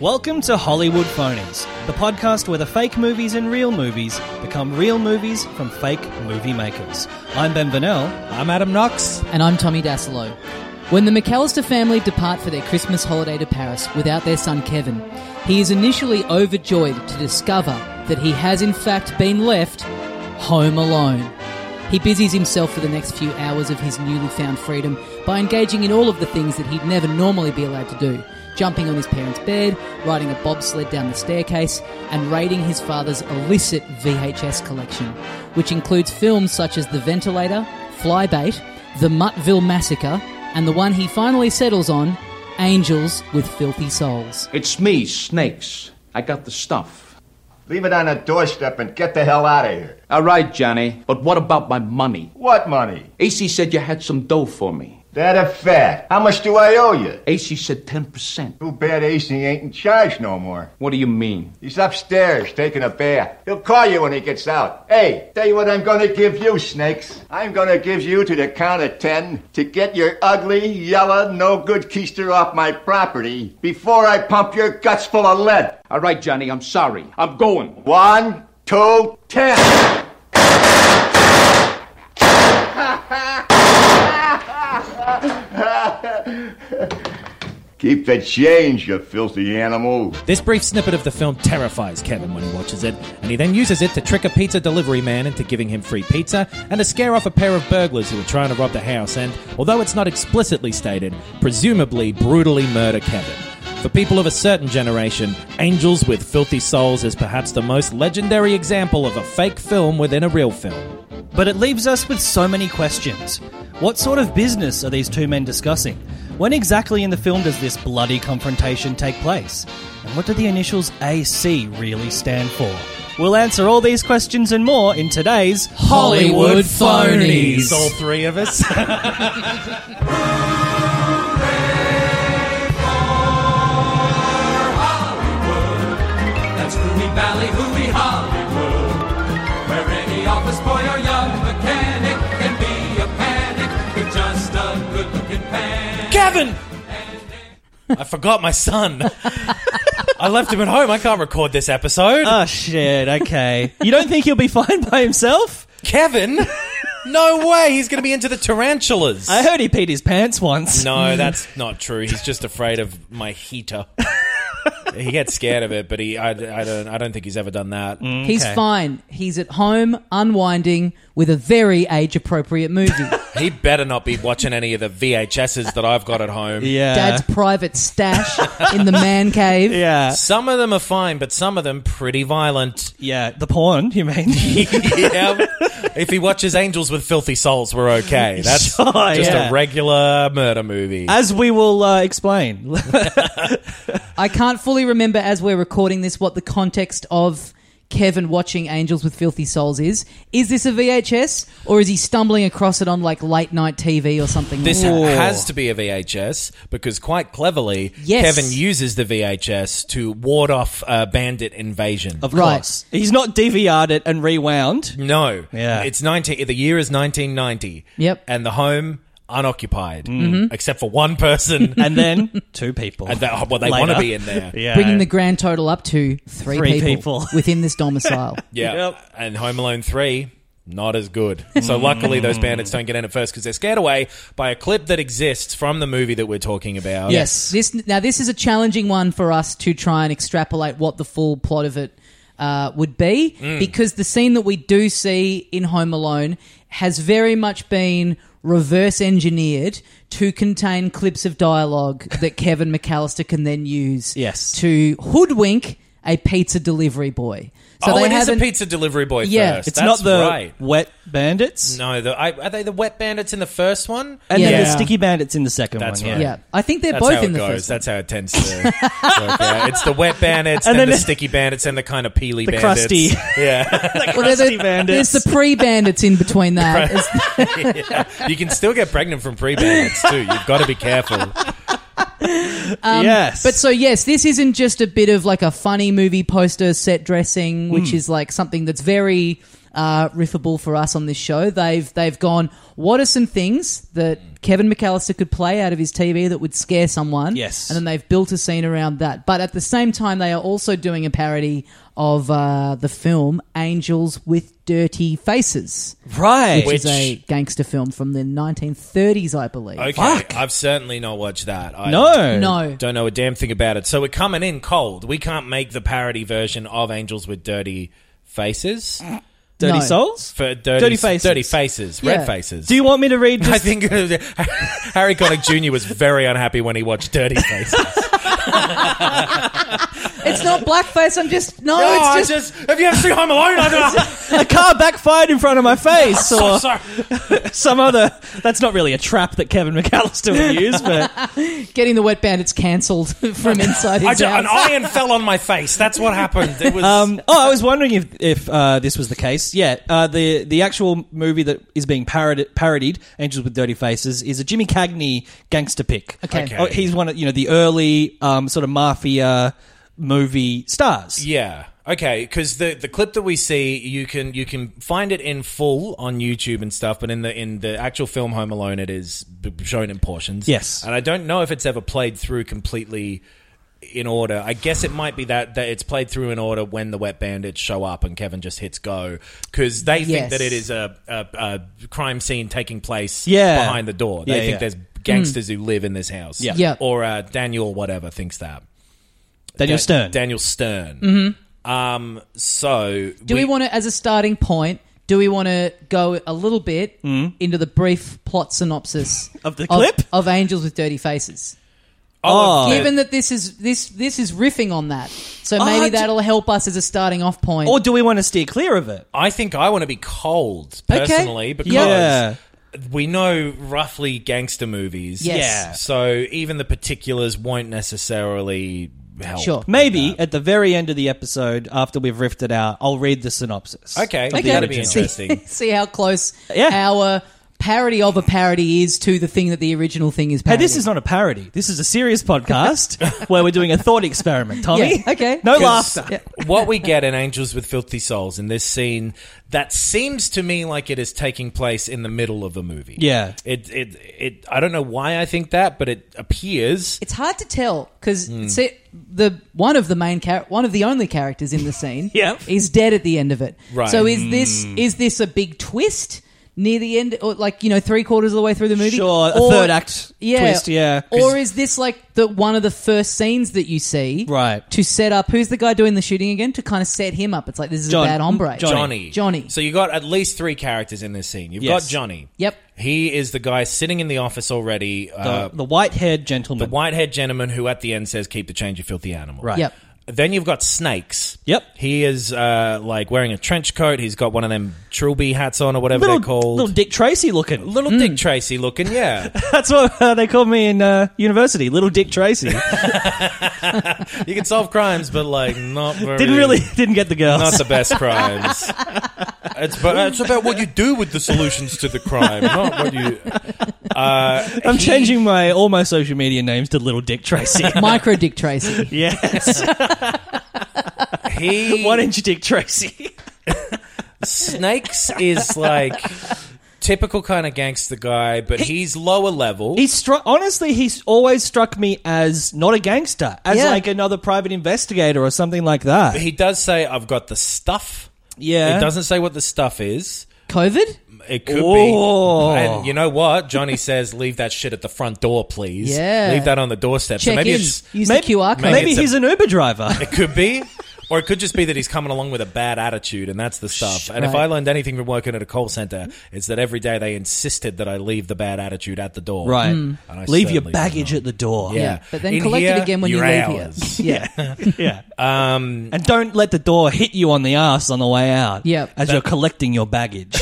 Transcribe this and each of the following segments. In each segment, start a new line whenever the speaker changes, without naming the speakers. Welcome to Hollywood Phonies, the podcast where the fake movies and real movies become real movies from fake movie makers. I'm Ben Vanel.
I'm Adam Knox.
And I'm Tommy Dasilo. When the McAllister family depart for their Christmas holiday to Paris without their son Kevin, he is initially overjoyed to discover that he has in fact been left home alone. He busies himself for the next few hours of his newly found freedom by engaging in all of the things that he'd never normally be allowed to do jumping on his parents' bed, riding a bobsled down the staircase, and raiding his father's illicit VHS collection, which includes films such as The Ventilator, Flybait, The Muttville Massacre, and the one he finally settles on, Angels with Filthy Souls.
It's me, Snakes. I got the stuff.
Leave it on the doorstep and get the hell out of here.
All right, Johnny, but what about my money?
What money?
AC said you had some dough for me.
That a fact. How much do I owe you?
AC said 10%.
Too bad AC ain't in charge no more.
What do you mean?
He's upstairs taking a bath. He'll call you when he gets out. Hey, tell you what I'm gonna give you, snakes. I'm gonna give you to the count of ten to get your ugly, yellow, no good keister off my property before I pump your guts full of lead.
All right, Johnny, I'm sorry. I'm going.
One, two, ten. Keep the change, you filthy animal.
This brief snippet of the film terrifies Kevin when he watches it, and he then uses it to trick a pizza delivery man into giving him free pizza and to scare off a pair of burglars who are trying to rob the house and, although it's not explicitly stated, presumably brutally murder Kevin. For people of a certain generation, Angels with Filthy Souls is perhaps the most legendary example of a fake film within a real film.
But it leaves us with so many questions. What sort of business are these two men discussing? When exactly in the film does this bloody confrontation take place? And what do the initials AC really stand for? We'll answer all these questions and more in today's
Hollywood Phonies.
All three of us.
That's hooey Valley, hooey Hollywood. Where any office boy or young mechanic can be a panic with just a good looking pan.
Kevin! I forgot my son. I left him at home. I can't record this episode.
Oh shit, okay. You don't think he'll be fine by himself?
Kevin?
No way! He's going to be into the tarantulas.
I heard he peed his pants once.
no, that's not true. He's just afraid of my heater. he gets scared of it, but he I, I don't I don't think he's ever done that.
Mm.
He's fine. He's at home unwinding with a very age appropriate movie.
He better not be watching any of the VHSs that I've got at home.
Yeah.
Dad's private stash in the man cave.
yeah.
Some of them are fine, but some of them pretty violent.
Yeah, the porn, you mean?
yeah. If he watches Angels with Filthy Souls, we're okay. That's
Sure,
just
yeah.
a regular murder movie.
As we will uh, explain.
I can't fully remember as we're recording this what the context of Kevin watching Angels with Filthy Souls is. Is this a VHS or is he stumbling across it on like late night TV or something?
This
like that?
has to be a VHS because, quite cleverly,
Yes.
Kevin uses the VHS to ward off a bandit invasion.
of
Right.
course. He's not DVR'd it and rewound.
no,
Yeah.
it's nineteen. The year is nineteen ninety.
Yep. Mm-hmm.
and the home unoccupied except for one person.
And then two people.
and that, well, they
Later.
want to be in there.
Yeah.
bringing the grand total up to three,
Three
people,
people.
within this domicile.
Yeah.
Yep.
And Home Alone 3, not as good. So
Mm.
luckily those bandits don't get in at first because they're scared away by a clip that exists from the movie that we're talking about.
Yes. This now this is a challenging one for us to try and extrapolate what the full plot of it uh, would be
Mm.
because the scene that we do see in Home Alone has very much been reverse engineered to contain clips of dialogue that Kevin McAllister can then use
Yes.
to hoodwink a pizza delivery boy. So
oh, it
they
is a
haven't-
pizza delivery boy
Yeah.
first.
It's
It's not
That's
the
right.
wet bandits.
No, the, I, are they the wet bandits in the first one?
And then
Yeah.
the sticky bandits in the second
That's
one.
right.
Yeah, I think they're
That's
both
how
in
it
the
goes.
first.
That's how it tends to work out. It's the wet bandits,
And
then,
then
the
it-
sticky bandits, and the kind of peely
The
bandits.
crusty.
Yeah.
one. Well, there's,
Crusty
the-
bandits.
there's the pre-bandits in between that. It's-
you can still get pregnant from pre bandits, too. You've got to be careful.
yes.
But so yes, this isn't just a bit of like a funny movie poster set dressing, which is like something that's very uh, riffable for us on this show. They've they've gone. What are some things that Kevin McAllister could play out of his TV that would scare someone?
Yes.
and then they've built a scene around that. But at the same time, they are also doing a parody of uh, the film Angels with Dirty Faces,
right.
which, is a gangster film from the 1930s, I believe.
Okay. I've certainly not watched that. I
no.
No,
Don't know a damn thing about it. So we're coming in cold. We can't make the parody version of Angels with Dirty Faces.
Dirty
No.
Souls?
For dirty,
Dirty Faces.
Dirty Faces.
Yeah.
Red Faces.
Do you want me to read
I
just
think uh, Harry Connick Jr. was very unhappy when he watched Dirty Faces.
it's not blackface. I'm just no.
Oh,
it's
I
just
just- have you ever seen Home Alone? I don't know. Oh,
a car backfired in front of my face or
Sorry.
some other that's not really a trap that Kevin McAllister would use, but
Getting the wet bandits cancelled from inside
I
his
ju- an
house.
iron fell on my face. That's what happened. It was
um, oh, I was wondering if if uh, this was the case. Yeah, uh, the the actual movie that is being parodied, parodied Angels with Dirty Faces, is a Jimmy Cagney gangster pick.
Okay. Okay.
Oh, he's one of you know the early um, sort of mafia movie stars.
yeah. Okay, because the, the clip that we see, you can you can find it in full on YouTube and stuff, but in the in the actual film Home Alone, it is b- shown in portions.
Yes.
and I don't know if it's ever played through completely in order. I guess it might be that that it's played through in order when the Wet Bandits show up and Kevin just hits go because they
Yes.
think that it is a, a, a crime scene taking place
Yeah.
behind the door. They
Yeah,
think
yeah.
there's gangsters who live in this house.
Yeah.
Yeah.
or uh, Daniel whatever thinks that.
Daniel
Da-
Stern.
Daniel Stern. Mm-hmm. Um, so
Do we, want to, as a starting point, do we want to go a little bit into the brief plot synopsis
Mm. Of the clip?
of Angels with Dirty Faces?
Oh, okay.
Given that this is this this is riffing on that, so maybe
Oh, d- Oh,
that'll help us as a starting off point.
or do we want to steer clear of it?
I think I want to be cold
Okay.
personally because
Yeah.
we know roughly gangster movies.
Yes.
Yeah.
So even the particulars won't necessarily help.
Sure.
Maybe at the very end of the episode, after we've riffed it out, I'll read the synopsis.
Okay,
of the
that'd be
original.
See-
interesting.
See how close
Yeah.
our parody of a parody is to the thing that the original thing is.
Hey,
Parodying.
this is not a parody. This is a serious podcast where we're doing a thought experiment, Tommy.
Yeah, okay.
No
'Cause
laughter.
what we get in Angels with Filthy Souls in this scene that seems to me like it is taking place in the middle of the movie.
Yeah.
It it it I don't know why I think that, but it appears
It's hard to tell because
Hmm.
the one of the main char- one of the only characters in the scene
Yep. Hmm.
is dead at the end of it.
Right.
So is this is this a big twist near the end, or like you know three quarters of the way through the movie?
Sure, a
Or-
third act twist, yeah. 'Cause-
Or is this like the one of the first scenes that you see?
Right.
To set up who's the guy doing the shooting again to kind of set him up. It's like this is
John-
a bad hombre.
Johnny.
Johnny.
So you got at least three characters in this scene. You've
Yes.
got Johnny.
Yep.
He is the guy sitting in the office already.
The,
uh,
the white-haired
the
gentleman.
white-haired gentleman who at the end says, "Keep the change, you filthy animal."
Right.
Yep.
Then you've got Snakes.
Yep.
He is uh, like wearing a trench coat. He's got one of them trilby hats on or whatever
little,
they're called.
little Dick Tracy looking. Mm.
Little Dick Tracy looking, yeah.
That's what uh, they called me in uh, university, Little Dick Tracy.
you can solve crimes, but like not very.
didn't really, didn't get the girls.
Not the best crimes. It's, but it's about what you do with the solutions to the crime, not what you. Uh,
I'm
he-
changing my all my social media names to Little Dick Tracy.
Micro Dick Tracy.
yes,
He
one inch Dick Tracy.
snakes is like typical kind of gangster guy, but he's lower level.
He struck honestly. He's always struck me as not a gangster, as
Yeah.
like another private investigator or something like that.
he does say, "I've got the stuff."
yeah,
It doesn't say what the stuff is.
COVID.
It could
Oh.
be. And you know what? Johnny says, "Leave that shit at the front door, please.
Yeah.
Leave that on the doorstep." so
Check
maybe
in.
it's
Use
Maybe-
the QR code.
maybe
Maybe
it's a-
he's an Uber driver.
could be. Or it could just be that he's coming along with a bad attitude, and that's the stuff. And if
Right.
I learned anything from working at a call center, it's that every day they insisted that I leave the bad attitude at the door.
Right.
Hmm.
And I
Leave your
certainly
baggage
did
at the door.
not. Yeah.
but then
In
collect it
here,
again when you
your
leave
hours.
here. Yeah.
Yeah. Um, and don't let the door hit you on the ass on the way out.
Yep.
As you're collecting your baggage.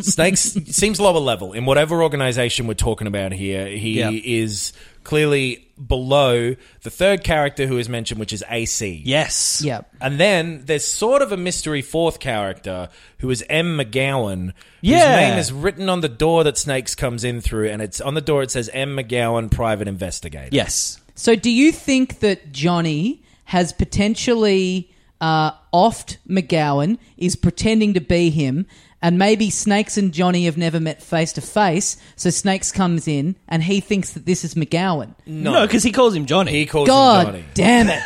Snakes seems lower level in whatever organization we're talking about here. He
Yeah.
is clearly below the third character who is mentioned, which is AC.
yes.
yep.
And then there's sort of a mystery fourth character who is M. McGowan.
Yeah.
Whose name is written on the door that Snakes comes in through, and it's on the door it says M. McGowan, private investigator.
Yes.
So, do you think that Johnny has potentially uh, offed McGowan, is pretending to be him, and maybe Snakes and Johnny have never met face to face? So, Snakes comes in and he thinks that this is McGowan.
No, because he calls him Johnny.
He calls him
God
Johnny.
damn it.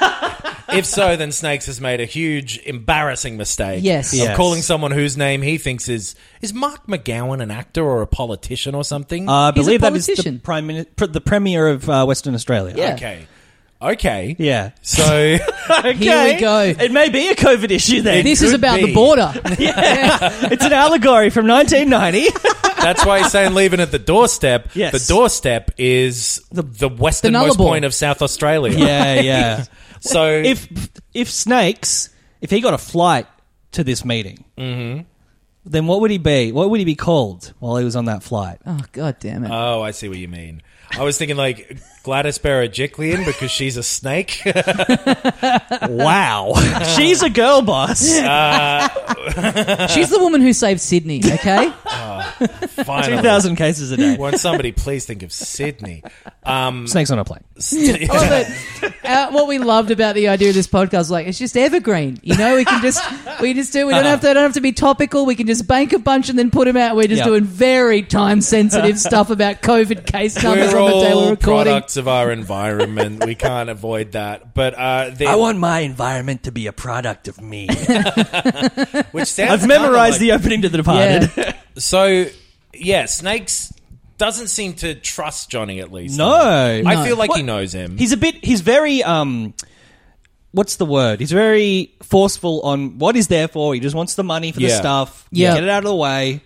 If so, then Snakes has made a huge, embarrassing mistake.
Yes.
Of
Yes.
calling someone whose name he thinks is. Is Mark McGowan an actor or a politician or something?
I
He's a
believe that is the
politician.
prime mini- pr- the premier of uh, Western Australia.
Yeah.
okay. Okay.
Yeah.
So.
Here we go.
It may be a COVID issue then.
this is
could
about
be.
the border.
it's an allegory from 1990.
That's why he's saying leaving at the doorstep.
Yes.
The doorstep is the, the westernmost
Nullarbor.
point of South Australia.
yeah, yeah.
So
If if snakes, if he got a flight to this meeting, then what would he be? What would he be called while he was on that flight?
oh, God damn it.
Oh, I see what you mean. I was thinking like Gladys Berejiklian because she's a snake.
Wow, she's a girl boss.
She's the woman who saved Sydney, okay?
Two
Finally.
thousand cases a day.
Won't somebody please think of Sydney?
Snakes on a plane.
Oh, but, uh, what we loved about the idea of this podcast, like it's just evergreen. You know, we can just we just do. We don't have to. Don't have to be topical. We can just bank a bunch and then put them out. We're just
Yeah.
doing very time sensitive stuff about COVID case numbers
We're
on the day we're
all
recording.
products of our environment. We can't avoid that. But uh, the,
I want my environment to be a product of me.
which sounds
I've
kinda
memorized
like-
the opening to The Departed.
So yeah, snakes doesn't seem to trust Johnny at least.
No.
I feel like he
What-
knows him.
He's a bit. He's very. Um, what's the word? He's very forceful on what he's there for. He just wants the money for the
Yeah.
stuff.
Yeah.
get it out of the way.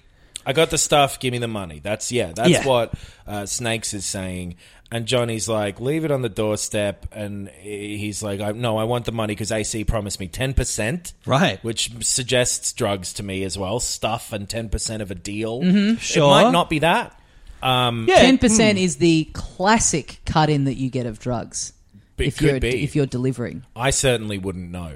I got the stuff. Give me the money. That's yeah. That's
Yeah.
what uh, Snakes is saying. And Johnny's like, leave it on the doorstep. And he- he's like, I, no, I want the money because AC promised me ten percent,
Right.
Which suggests drugs to me as well, stuff and ten percent of a deal.
Sure.
It might not be that.
Yeah.
Ten percent is the classic cut in that you get of drugs.
It
if
could
you're
be.
if you're delivering
I certainly wouldn't know.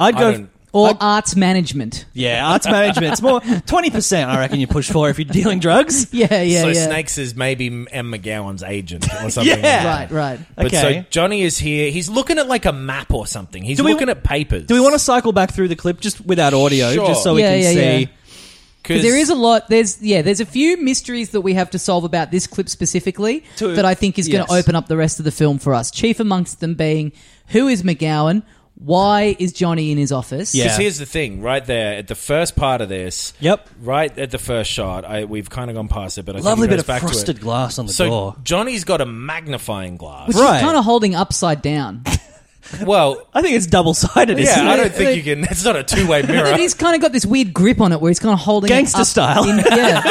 I'd
I
go.
don't-
or arts management.
yeah, arts management. It's more twenty percent. I reckon you push for if you're dealing drugs.
Yeah, yeah,
so
yeah.
Snakes is maybe M. McGowan's agent or something. like
Yeah.
that.
Right, right.
But
Okay.
so Johnny is here. He's looking at like a map or something. He's
Do we-
looking at papers.
Do we want to cycle back through the clip just without audio,
Sure.
just so we
Yeah,
can
yeah,
see?
yeah. Because there is a lot. There's yeah. There's a few mysteries that we have to solve about this clip specifically
To-
that I think is going to
yes.
open up the rest of the film for us. Chief amongst them being who is McGowan? Why is Johnny in his office?
Yeah.
Because here's the thing, right there at the first part of this.
Yep.
Right at the first shot, I, we've kind of gone past it, but I
Lovely
think it goes
bit of
back
frosted
to it.
glass on the
So
door.
Johnny's got a magnifying glass.
Which is
Right.
kind of holding upside down.
well,
I think it's double sided.
yeah, I
it?
don't think you can. It's not a two way
But
mirror.
then he's kind of got this weird grip on it where he's kind of holding
Gangster
it up
style.
in- yeah,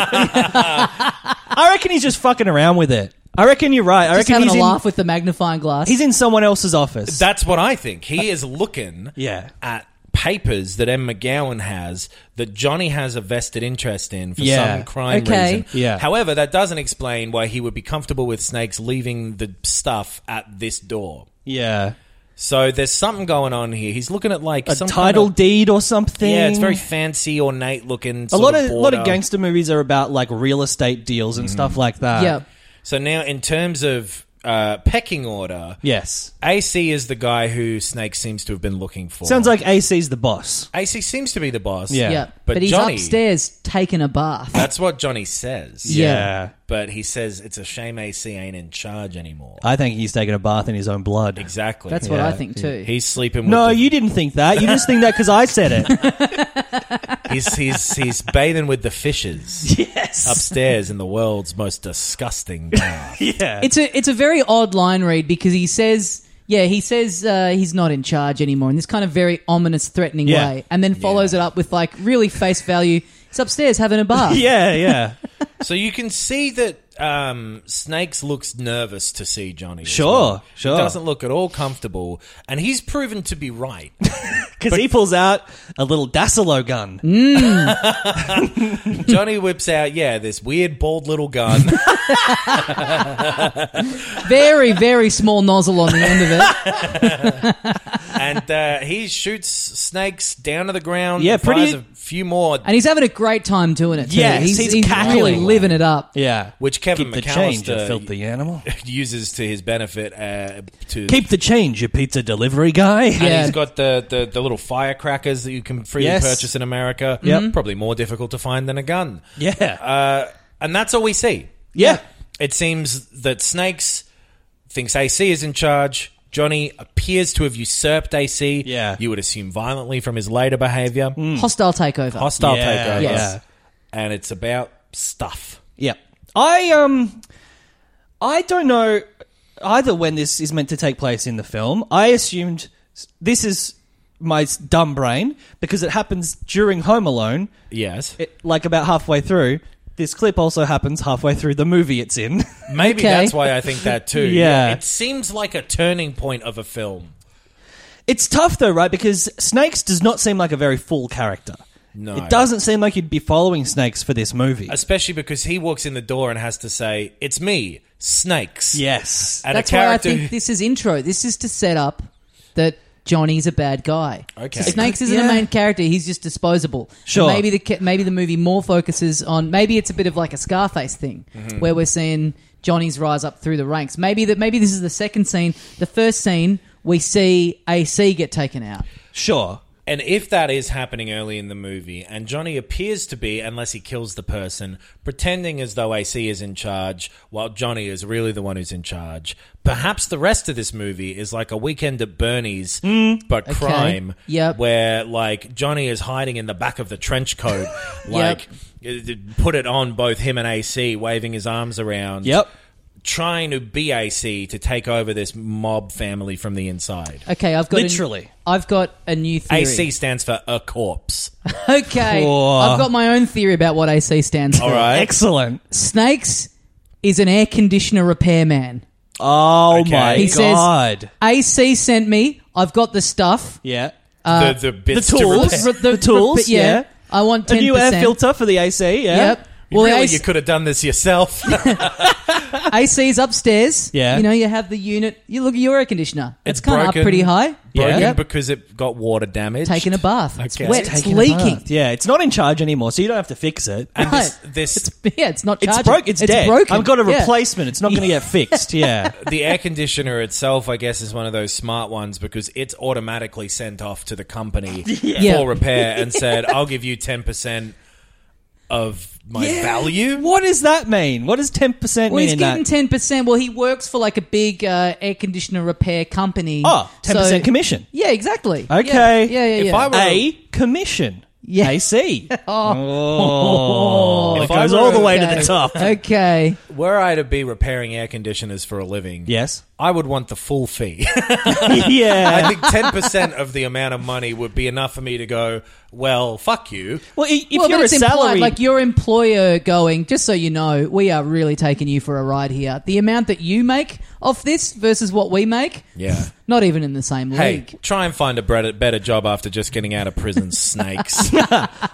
I reckon he's just fucking around with it. I reckon you're right. I
just
reckon
having
he's
a
in,
laugh with the magnifying glass.
he's in someone else's office.
That's what I think. He is looking.
Yeah.
At papers that M. McGowan has that Johnny has a vested interest in for
Yeah.
some crime
Okay.
reason.
Yeah.
However, that doesn't explain why he would be comfortable with snakes leaving the stuff at this door.
yeah.
So there's something going on here. He's looking at like
A
some
title
kind of-
deed or something.
Yeah, it's very fancy, ornate looking.
a
sort
lot of, lot of
border. Mm-hmm.
gangster movies are about like real estate deals and stuff like that.
yeah.
So now, in terms of uh, pecking order,
Yes.
AC is the guy who Snake seems to have been looking for.
Sounds like AC's the boss.
AC seems to be the boss.
Yeah.
yeah,
But
But, he's
Johnny-
upstairs taking a bath.
that's what Johnny says.
Yeah.
but he says it's a shame AC ain't in charge anymore.
I think he's taking a bath in his own blood.
exactly.
Ah, That's what I think too.
He's sleeping. With
No,
the-
you didn't think that. You just think that because I said it.
He's he's he's bathing with the fishes
yes.
upstairs in the world's most disgusting bath.
Yeah.
It's a it's a very odd line read because he says Yeah, he says uh, he's not in charge anymore in this kind of very ominous, threatening
Yeah.
way, and then follows it up with like really face value. He's upstairs having a bath.
Yeah, yeah.
So you can see that um, Snakes looks nervous to see Johnny. as
Sure,
well. He
sure.
doesn't look at all comfortable, and he's proven to be right.
Because he pulls out a little Dassilo gun.
Johnny whips out, yeah, this weird bald little gun.
Very, very small nozzle on the end of it.
and uh, he shoots snakes down to the ground.
Yeah,
and fires
pretty-
a few more,
And he's having a great time doing it. Too.
Yes,
he's,
he's
really
cackling.
living it up.
Yeah.
which Kevin
Keep the change, you
McAllister
filthy animal.
uses to his benefit. Uh, to
Keep the change, you pizza delivery guy.
and
Yeah.
he's got the, the, the little firecrackers that you can freely
Yes.
purchase in America.
Yep. Mhm.
probably more difficult to find than a gun.
Yeah.
uh, and that's all we see.
yeah.
It seems that Snakes thinks AC is in charge. Johnny appears to have usurped AC.
Yeah. Mm.
You would assume violently from his later behavior.
Hostile takeover.
Hostile
Yeah,
takeover.
Yes.
And it's about stuff.
Yeah. I um I don't know either when this is meant to take place in the film. I assumed this is my s- dumb brain because it happens during Home Alone,
Yes.
it, like about halfway through. This clip also happens halfway through the movie it's in.
Maybe
Okay.
that's why I think that too.
Yeah.
It seems like a turning point of a film.
it's tough though, right? Because Snakes does not seem like a very full character.
No.
It doesn't seem like you'd be following Snakes for this movie.
Especially because he walks in the door and has to say, It's me, Snakes.
yes.
And
That's
a
why I
character.
think this is intro. This is to set up that Johnny's a bad guy.
Okay.
So Snakes isn't
Yeah.
a main character. He's just disposable.
Sure.
Maybe the ca- maybe the movie more focuses on maybe it's a bit of like a Scarface thing
Mm-hmm.
where we're seeing Johnny's rise up through the ranks. Maybe that maybe this is the second scene. The first scene we see AC get taken out.
Sure.
And if that is happening early in the movie, and Johnny appears to be, unless he kills the person, pretending as though AC is in charge, while Johnny is really the one who's in charge, perhaps the rest of this movie is like a weekend at Bernie's, but crime,
Hmm. Yep.
where like Johnny is hiding in the back of the trench coat, like uh, put it on both him and AC, waving his arms around.
Yep.
Trying to be AC to take over this mob family from the inside.
Okay, I've got a-
Literally.
I've got a new theory.
AC stands for a corpse.
Okay,
Whoa.
I've got my own theory about what AC stands for.
All right.
Excellent.
Snakes is an air conditioner repairman.
Oh
Okay.
my
He says-
god.
AC sent me. I've got the stuff.
yeah.
Uh,
the, the bits
the
to
tools.
repair.
R-
The tools, yeah.
I want
A
ten
new air filter for the AC, yeah.
Yep. Well,
really,
AC,
you could have done this yourself.
AC's upstairs.
Yeah.
You know, you have the unit. You look at your air conconditioner. It's,
It's
kind of up
broken.
pretty high.
Broken
Yeah.
because it got water damage.
Taking a bath. It's
Okay.
wet.
It's
It's,
Taking a
leaking.
bath. Yeah, it's not in charge anymore, so you don't have to fix it.
and this,
Right.
this
Yeah, it's not
It's
charging.
broke. It's, dead.
broken.
I've got a
Yeah.
replacement. It's not going to get fixed. Yeah.
the air conditioner itself, I guess, is one of those smart ones because it's automatically sent off to the company
Yeah.
for repair and said, "I'll give you ten percent of my value."
What does that mean? What does ten percent
Well,
mean
he's
in
getting
that?
ten percent. Well, he works for like a big uh, air conditioner repair company.
oh, 10 percent
So-
commission.
Yeah, exactly.
Okay.
Yeah, yeah, yeah.
If I were
A commission.
Yeah.
AC.
if
It
I
goes
were-
all the way
okay.
to the top.
Okay.
Were I to be repairing air conditioners for a living,
Yes.
I would want the full fee. I
yeah.
think ten percent of the amount of money would be enough for me to go. Well, fuck you.
Well, i- if
well,
you're
but it's
a
implied,
salary,
like your employer going, just so you know, we are really taking you for a ride here. The amount that you make off this versus what we make,
Yeah.
not even in the same
Hey,
league.
try and find a better, better job after just getting out of prison, snakes.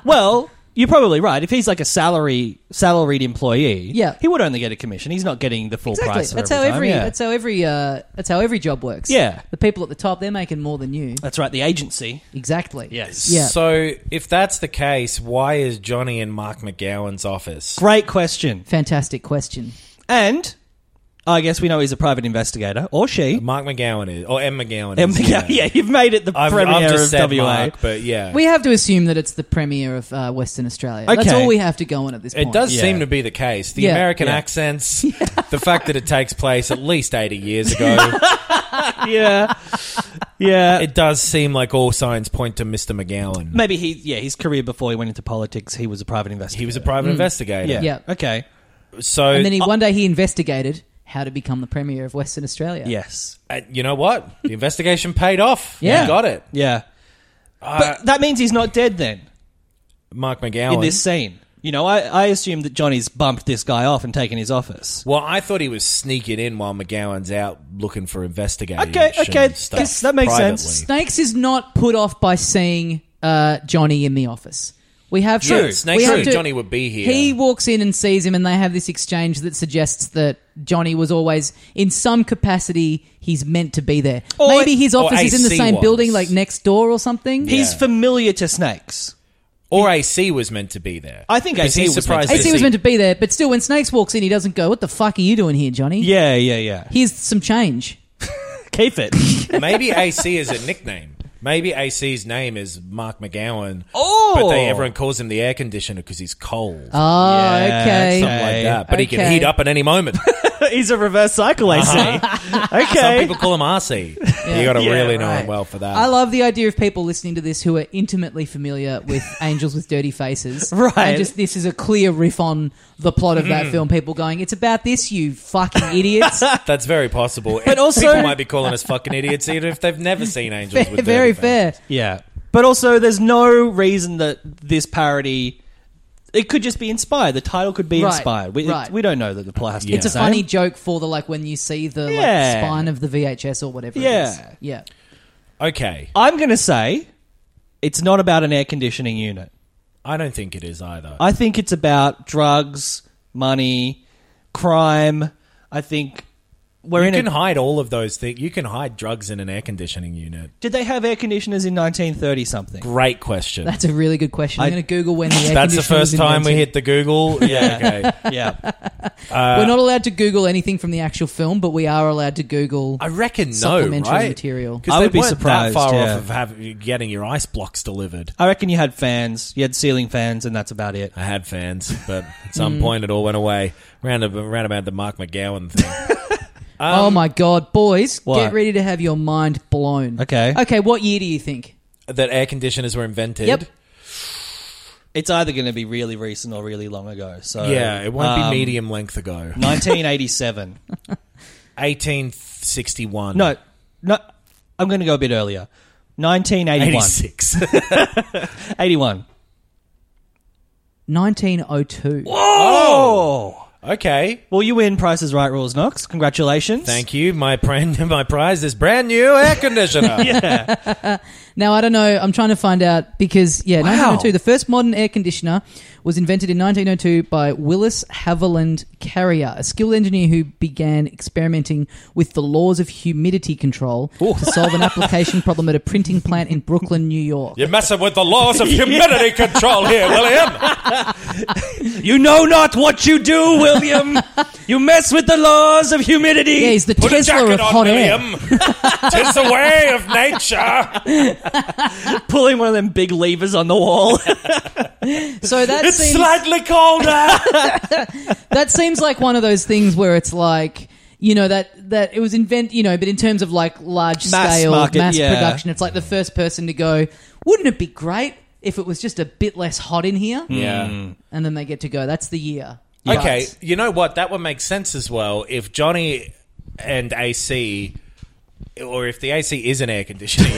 well, you're probably right. If he's like a salary salaried employee,
Yeah.
he would only get a commission. He's not getting the full
Exactly.
price. for
That's how
time,
every
yeah.
that's how every uh, that's how every job works.
Yeah.
the people at the top they're making more than you.
That's right. The agency.
Exactly.
Yes.
Yeah.
So, if that's the case, why is Johnny in Mark McGowan's office?
Great question.
Fantastic question.
And I guess we know he's a private investigator, or she.
Mark McGowan is, or M McGowan
And
is.
yeah. you've made it the
I've,
premier
I've just
of
said
WA.
Mark, but yeah,
We have to assume that it's the premier of uh, Western Australia. That's
Okay.
all we have to go on at this point.
it does
Yeah.
seem to be the case. The
Yeah.
American
Yeah.
accents, the fact that it takes place at least eighty years ago,
yeah, yeah.
it does seem like all signs point to Mr. McGowan.
Maybe he, yeah, his career before he went into politics, he was a private investigator.
He was a private investigator.
Mm. yeah,
Yeah.
okay.
So
And then he, one day he investigated How to Become the Premier of Western Australia.
Yes.
Uh, you know what? The investigation paid off.
Yeah.
You got it.
Yeah. but that means he's not dead then
Mark McGowan.
in this scene. You know, I, I assume that Johnny's bumped this guy off and taken his office.
well, I thought he was sneaking in while McGowan's out looking for investigation.
Okay, okay,
stuff
that makes
privately.
sense.
Snakes is not put off by seeing uh, Johnny in the office. We have
True.
we
Snakes
have
knew Johnny would be here.
He walks in and sees him, and they have this exchange that suggests that Johnny was always, in some capacity, he's meant to be there.
Or-
Maybe his
or
office is in the
AC
same
was.
building, like next door or something.
He's familiar to snakes.
Or AC was meant to be there.
I think
Because
AC
he's
was
surprised to
meant to be
AC was
see-
meant to be there, but still, when Snakes walks in, he doesn't go, "What the fuck are you doing here, Johnny?"
Yeah, yeah, yeah.
Here's some change.
Keep it.
Maybe AC is a nickname. Maybe AC's name is Mark McGowan.
Oh!
But they, everyone calls him the air conditioner because he's cold.
Oh,
Yeah,
okay.
something like that. But he can
Okay.
heat up at any moment.
he's a reverse cycle AC.
Some
Okay.
people call him RC. You got to
Yeah,
really know
right.
him well for that.
I love the idea of people listening to this who are intimately familiar with Angels with Dirty Faces.
Right.
And just this is a clear riff on the plot of that film. People going, it's about this, you fucking idiots.
That's very possible.
But
But
also-
also, people might be calling us fucking idiots even if they've never seen Angels. with
Very
Dirty Fingers.
fair.
yeah. But also, there's no reason that this parody. It could just be inspired. The title could be
Right,
inspired. We,
right.
we don't know that the plot has to be
It's a
the same.
funny joke for the like when you see the
Yeah.
like, spine of the VHS or whatever
Yeah.
it is. Yeah.
Okay,
I'm going to say it's not about an air conditioning unit.
I don't think it is either.
I think it's about drugs, money, crime. I think we're
you
in
can
a.
hide all of those things. You can hide drugs in an air conditioning unit.
Did they have air conditioners in 1930 something?
Great question.
That's a really good question. I'm
I-
going to Google when the air
That's the
conditioner was
first time we
invented.
hit the Google. Yeah, okay.
Yeah.
We're not allowed to Google anything from the actual film, but we are allowed to Google.
I reckon no,
Supplementary
right?
material.
'Cause
I
they
would be
weren't
surprised,
That far
yeah.
off of having, getting your ice blocks delivered.
I reckon you had fans. You had ceiling fans, and that's about it.
I had fans, but at some
Mm.
point it all went away. Round, ab- round about the Mark McGowan thing.
oh my god, boys,
What?
get ready to have your mind blown.
Okay.
Okay, what year do you think?
that air conditioners were invented.
Yep.
It's either going to be really recent or really long ago. So
Uh, Yeah, it won't
um,
be medium length ago.
1987.
1861.
no, no. I'm going to go a bit earlier. 1981.
86.
81.
1902.
Oh.
okay.
Well, you win. Price is Right rules, Knox. Congratulations.
Thank you. My brand, my prize is brand new air conditioner.
Now, I don't know. I'm trying to find out because, yeah, 1902, the first modern air conditioner was invented in 1902 by Willis Haviland Carrier, a skilled engineer who began experimenting with the laws of humidity control to solve an application problem at a printing plant in Brooklyn, New York.
You're messing with the laws of humidity control here, William.
You know not what you do, William. you mess with the laws of humidity.
Yeah, he's the
Put a
Tesla
jacket
of
on,
hot air.
William. Tis the way of nature.
pulling one of them big levers on the wall.
So that
It's
seems-
slightly colder.
that seems like one of those things where it's like you know that that it was invent you know but in terms of like large
Mass
scale
market,
mass
yeah.
production it's like the first person to go wouldn't it be great if it was just a bit less hot in here
Yeah.
and then they get to go that's the year
Okay,
But-
you know what? That would make sense as well if Johnny and AC, or if the AC is an air conditioning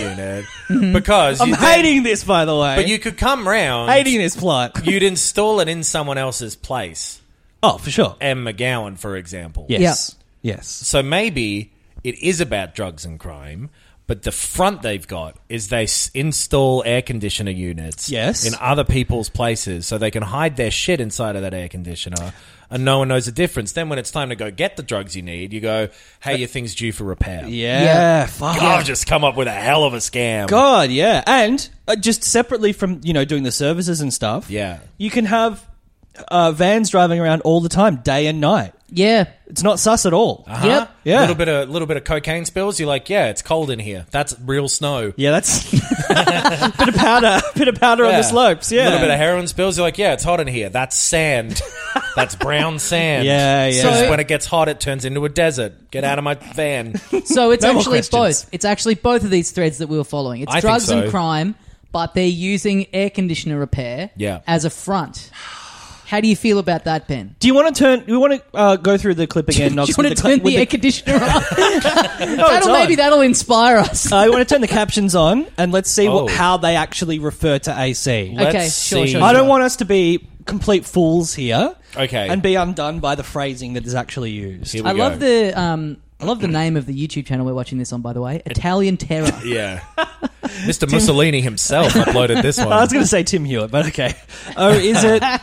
unit, because
I'm
you then-
hating this, by the way.
But you could come round.
hating this plot.
You'd install it in someone else's place.
Oh, for sure.
M. McGowan, for example.
Yes. Yes.
So maybe it is about drugs and crime, but the front they've got is they s- install air conditioner units
Yes.
in other people's places so they can hide their shit inside of that air conditioner and no one knows the difference. Then when it's time to go get the drugs you need, you go, hey, your thing's due for repair.
Yeah.
Yeah.
Fuck.
God, I've just come up with a hell of a scam.
God, yeah. And uh, just separately from, you know, doing the services and stuff.
Yeah.
You can have uh, vans driving around all the time, day and night.
yeah
It's not sus at all.
yep
Yeah.
A Uh-huh. little bit of little bit of cocaine spills. You're like, yeah, it's cold in here. That's real snow.
Yeah, that's bit of powder, bit of powder on the slopes.
A
Yeah,
little bit of heroin spills. You're like, yeah, it's hot in here. That's sand. That's brown sand.
Yeah, yeah.
Because
So-
when it gets hot, it turns into a desert. Get out of my van.
so it's
No more
actually
questions.
both it's actually both of these threads that we were following it's
I think
drugs and
so.
crime but they're using air conditioner repair
Yeah.
as a front How do you feel about that, Ben?
Do you want to turn? We want to uh, go through the clip again. Knox,
do you want
with
to
the cli-
turn the,
with
air conditioner on?
No, it's
that'll
on.
maybe that'll inspire us.
Uh, we want to turn the captions on and let's see what,
Oh.
how they actually refer to AC.
okay,
let's
sure,
see.
sure.
I
sure.
don't want us to be complete fools here.
Okay.
And be undone by the phrasing that is actually used.
Here we
I
go.
love the um, I love the name of the YouTube channel we're watching this on. By the way, Italian Terror.
Yeah. Mr. Mussolini himself uploaded this
I was
one.
going to say Tim Hewitt, but okay. Oh, is it?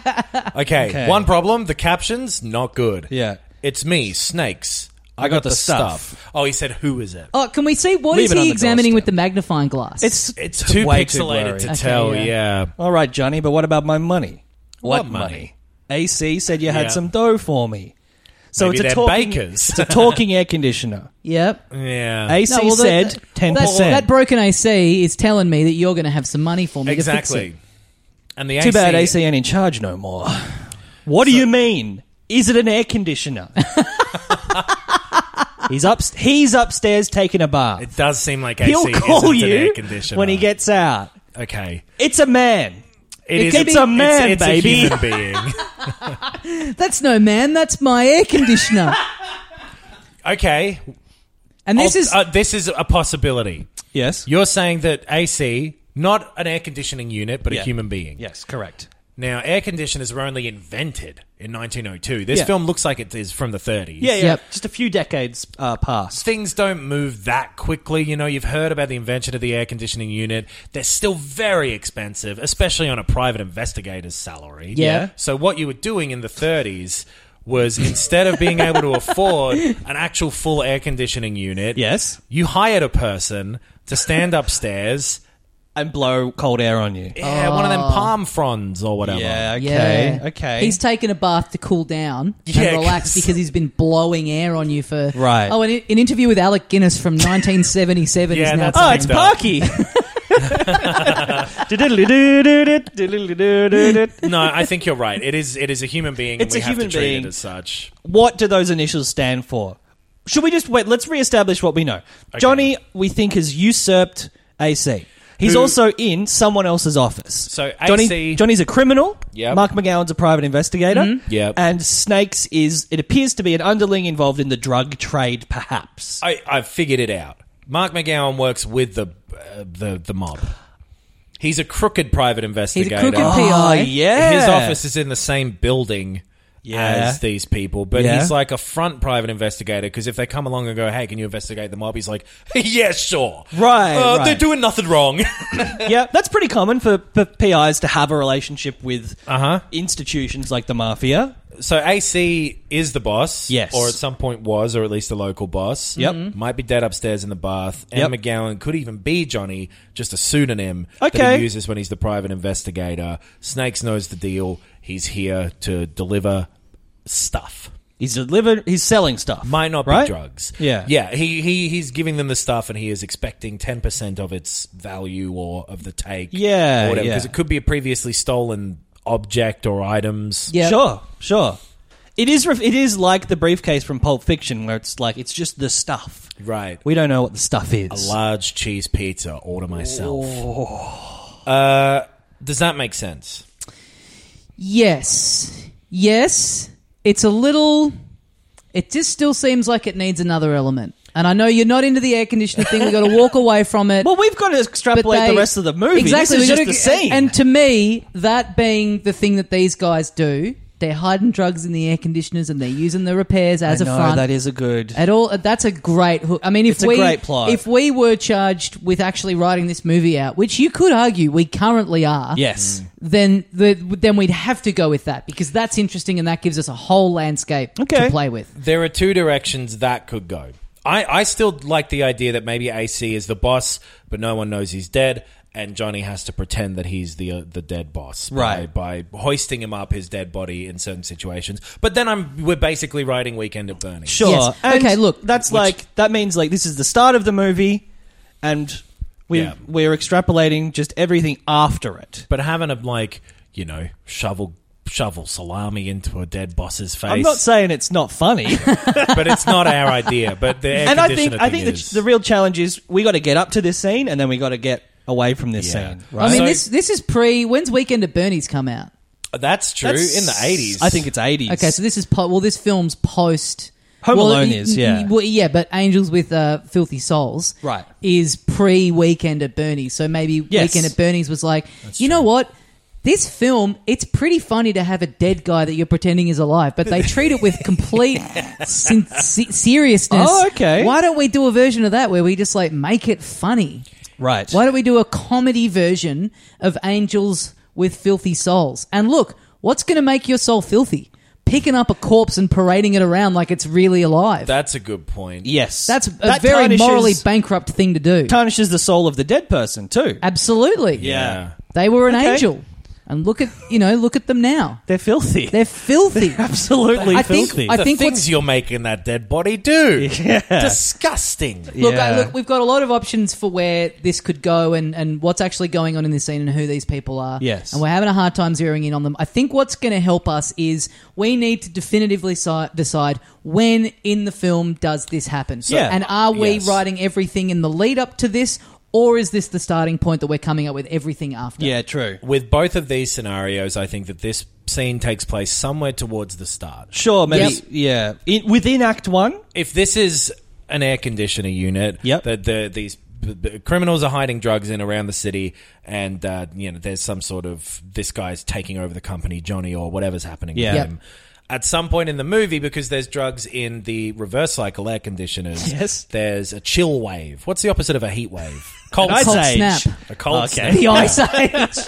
Okay,
Okay.
one problem the captions, not good.
Yeah.
It's me, Snakes. I,
I
got,
got
the
the
stuff. Oh, he said, who is it?
Oh, can we see what
Leave
is
it on
he
the
examining
doorstep.
with the magnifying glass?
It's
It's too
way
pixelated
blurry.
to
Okay,
tell,
yeah.
yeah.
All right, Johnny, but what about my money?
What money?
AC said you had
Yeah.
some dough for me. So
Maybe
it's
they're
a talking,
bakers.
it's a talking air conditioner.
yep.
Yeah.
AC
No, well, that-
said
that-
ten
that-
percent.
That broken AC is telling me that you're going to have some money for me. To fix
Exactly.
it.
And the AC,
Too bad AC ain't in charge no more. What do you mean? Is it an air conditioner? he's up. He's upstairs taking a bath.
It does seem like AC
He'll call
isn't an air
you
conditioner.
when he gets out.
okay.
It's a man.
It
It's a man,
it's, it's
baby.
A human being.
That's no man. That's my air conditioner.
Okay,
And this
I'll-
is
uh, this is a possibility.
Yes.
You're saying that AC, not an air conditioning unit, but
Yeah.
a human being.
yes. Correct.
Now, air conditioners were only invented in 1902. This
Yeah.
film looks like it is from the 30s.
Yeah. Yeah.
Yep.
Just a few decades uh, past.
Things don't move that quickly. You know, you've heard about the invention of the air conditioning unit. They're still very expensive, especially on a private investigator's salary.
Yeah.
So, what you were doing in the 30s was instead of being able to afford an actual full air conditioning unit,
Yes.
you hired a person to stand upstairs.
And blow cold air on you.
Yeah, one of them palm fronds or whatever.
Oh. Yeah. Okay.
yeah.
Okay.
He's taken a bath to cool down
Yeah,
and relax
'cause-
because he's been blowing air on you for
Right.
Oh, an, an interview with Alec Guinness from 1977
Yeah,
is now.
that's-
oh,
time.
it's Parky. Diddly-doo-doo-doo, diddly-doo-doo-doo.
No, I think you're right. It is it is a human being.
It's
and we
a
have
human
to treat
being.
it as such.
what do those initials stand for? Should we just wait? Let's reestablish what we know. Johnny, we think, has usurped AC. He's
Who-
also in someone else's office.
So AC
Johnny, Johnny's a criminal.
Yep. Mm-hmm.
Mark McGowan's a private investigator.
Yep.
And Snakes is, it appears to be an underling involved in the drug trade, perhaps.
I, I figured it out. Mark McGowan works with the uh, the the mob. He's a crooked private
He's a
investigator.
crooked
Oh,
PI.
yeah.
His office is in the same building
Yeah.
as these people, but
Yeah.
he's like a front private investigator because if they come along and go, "Hey, can you investigate the mob?" He's like, "Yeah, sure,
Right,
Uh,
right.
They're doing nothing wrong."
yeah, that's pretty common for, for PIs to have a relationship with
Uh-huh.
institutions like the mafia.
So AC is the boss,
Yes.
or at some point was, or at least the local boss. Mm-hmm.
Yep. Mhm.
might be dead upstairs in the bath. And
Yep.
McGowan could even be Johnny, just a pseudonym that
Okay.
he uses when he's the private investigator. Snakes knows the deal. He's here to deliver stuff.
He's delivered, he's selling stuff.
Might not
right?
be drugs.
Yeah.
yeah. He, he he's giving them the stuff, and he is expecting ten percent of its value or of the take.
Yeah,
or whatever,
yeah.
because it could be a previously stolen object or items.
Yep.
Sure, sure. It is. Ref- it is like the briefcase from Pulp Fiction, where it's like it's just the stuff.
Right.
We don't know what the stuff is.
large cheese pizza order myself. Uh, does that make sense?
Yes. Yes. It's a little. It just still seems like it needs another element. And I know you're not into the air conditioner thing. We've got to walk away from it.
well, we've got to
but
extrapolate
they-
the rest of the movie.
Exactly.
This is
we've
just
got
the
to-
scene.
And to me, that being the thing that these guys do, they're hiding drugs in the air conditioners and they're using the repairs as
I
a
know,
front.
that is a good.
At all, that's a great hook. I mean, if
It's a
we
great plot.
if we were charged with actually writing this movie out, which you could argue we currently are,
yes.
then the, then we'd have to go with that because that's interesting and that gives us a whole landscape
Okay.
to play with.
There are two directions that could go. I, I still like the idea that maybe AC is the boss, but no one knows he's dead, and Johnny has to pretend that he's the uh, the dead boss, by-
Right.
By, hoisting him up his dead body in certain situations. But then I'm we're basically writing Weekend at Bernie's.
Sure.
Yes.
And
Okay, look,
That's
which-
like that means like this is the start of the movie, and we
Yeah.
we're extrapolating just everything after it.
But having a like you know shovel shovel salami into a dead boss's face.
I'm not saying it's not funny.
but it's not our idea. But the air
and I think
conditioner
I
thing
think the,
is-
the real challenge is we got to get up to this scene and then we got to get away from this
Yeah.
scene.
Right.
I mean,
So-
this this is pre. When's Weekend at Bernie's come out?
That's true.
That's-
in the eighties,
I think it's 80s.
Okay, so this is po- well, this film's post
Home
well,
Alone
y-
is,
y-
yeah.
well, yeah, but Angels with uh, Filthy Souls,
Right.
is pre Weekend at Bernie's. So maybe
Yes.
Weekend at Bernie's was like, you know what? This film, it's pretty funny to have a dead guy that you're pretending is alive, but they treat it with complete sin- se- seriousness.
Oh, okay.
Why don't we do a version of that where we just like make it funny?
right.
Why don't we do a comedy version of Angels with Filthy Souls? And look, what's going to make your soul filthy? Picking up a corpse and parading it around like it's really alive.
that's a good point.
Yes.
That's a
That
very
tarnishes-
morally bankrupt thing to do.
tarnishes the soul of the dead person too.
Absolutely.
Yeah.
They were an
Okay.
angel. And look at, you know, look at them now.
They're filthy.
They're filthy.
absolutely
I think-
filthy.
I
the
think
things
what's-
you're making that dead body do. Disgusting.
Look,
Yeah.
I, look, we've got a lot of options for where this could go and, and what's actually going on in this scene and who these people are.
Yes.
And we're having a hard time zeroing in on them. I think what's going to help us is we need to definitively si- decide when in the film does this happen.
So- Yeah.
And are we
Yes.
writing everything in the lead up to this or is this the starting point that we're coming up with everything after?
yeah, true.
With both of these scenarios, I think that this scene takes place somewhere towards the start.
Sure, maybe
Yep.
yeah. In, within Act One,
if this is an air conditioner unit,
Yep.
that the, these b- b- criminals are hiding drugs in around the city, and uh, you know there's some sort of this guy's taking over the company, Johnny, or whatever's happening
Yeah.
with
Yep.
him. At some point in the movie, because there's drugs in the reverse cycle air conditioners,
Yes.
there's a chill wave. What's the opposite of a heat wave? Cold,
Ice
Cold
Age.
snap.
A cold
Okay.
The Ice Age.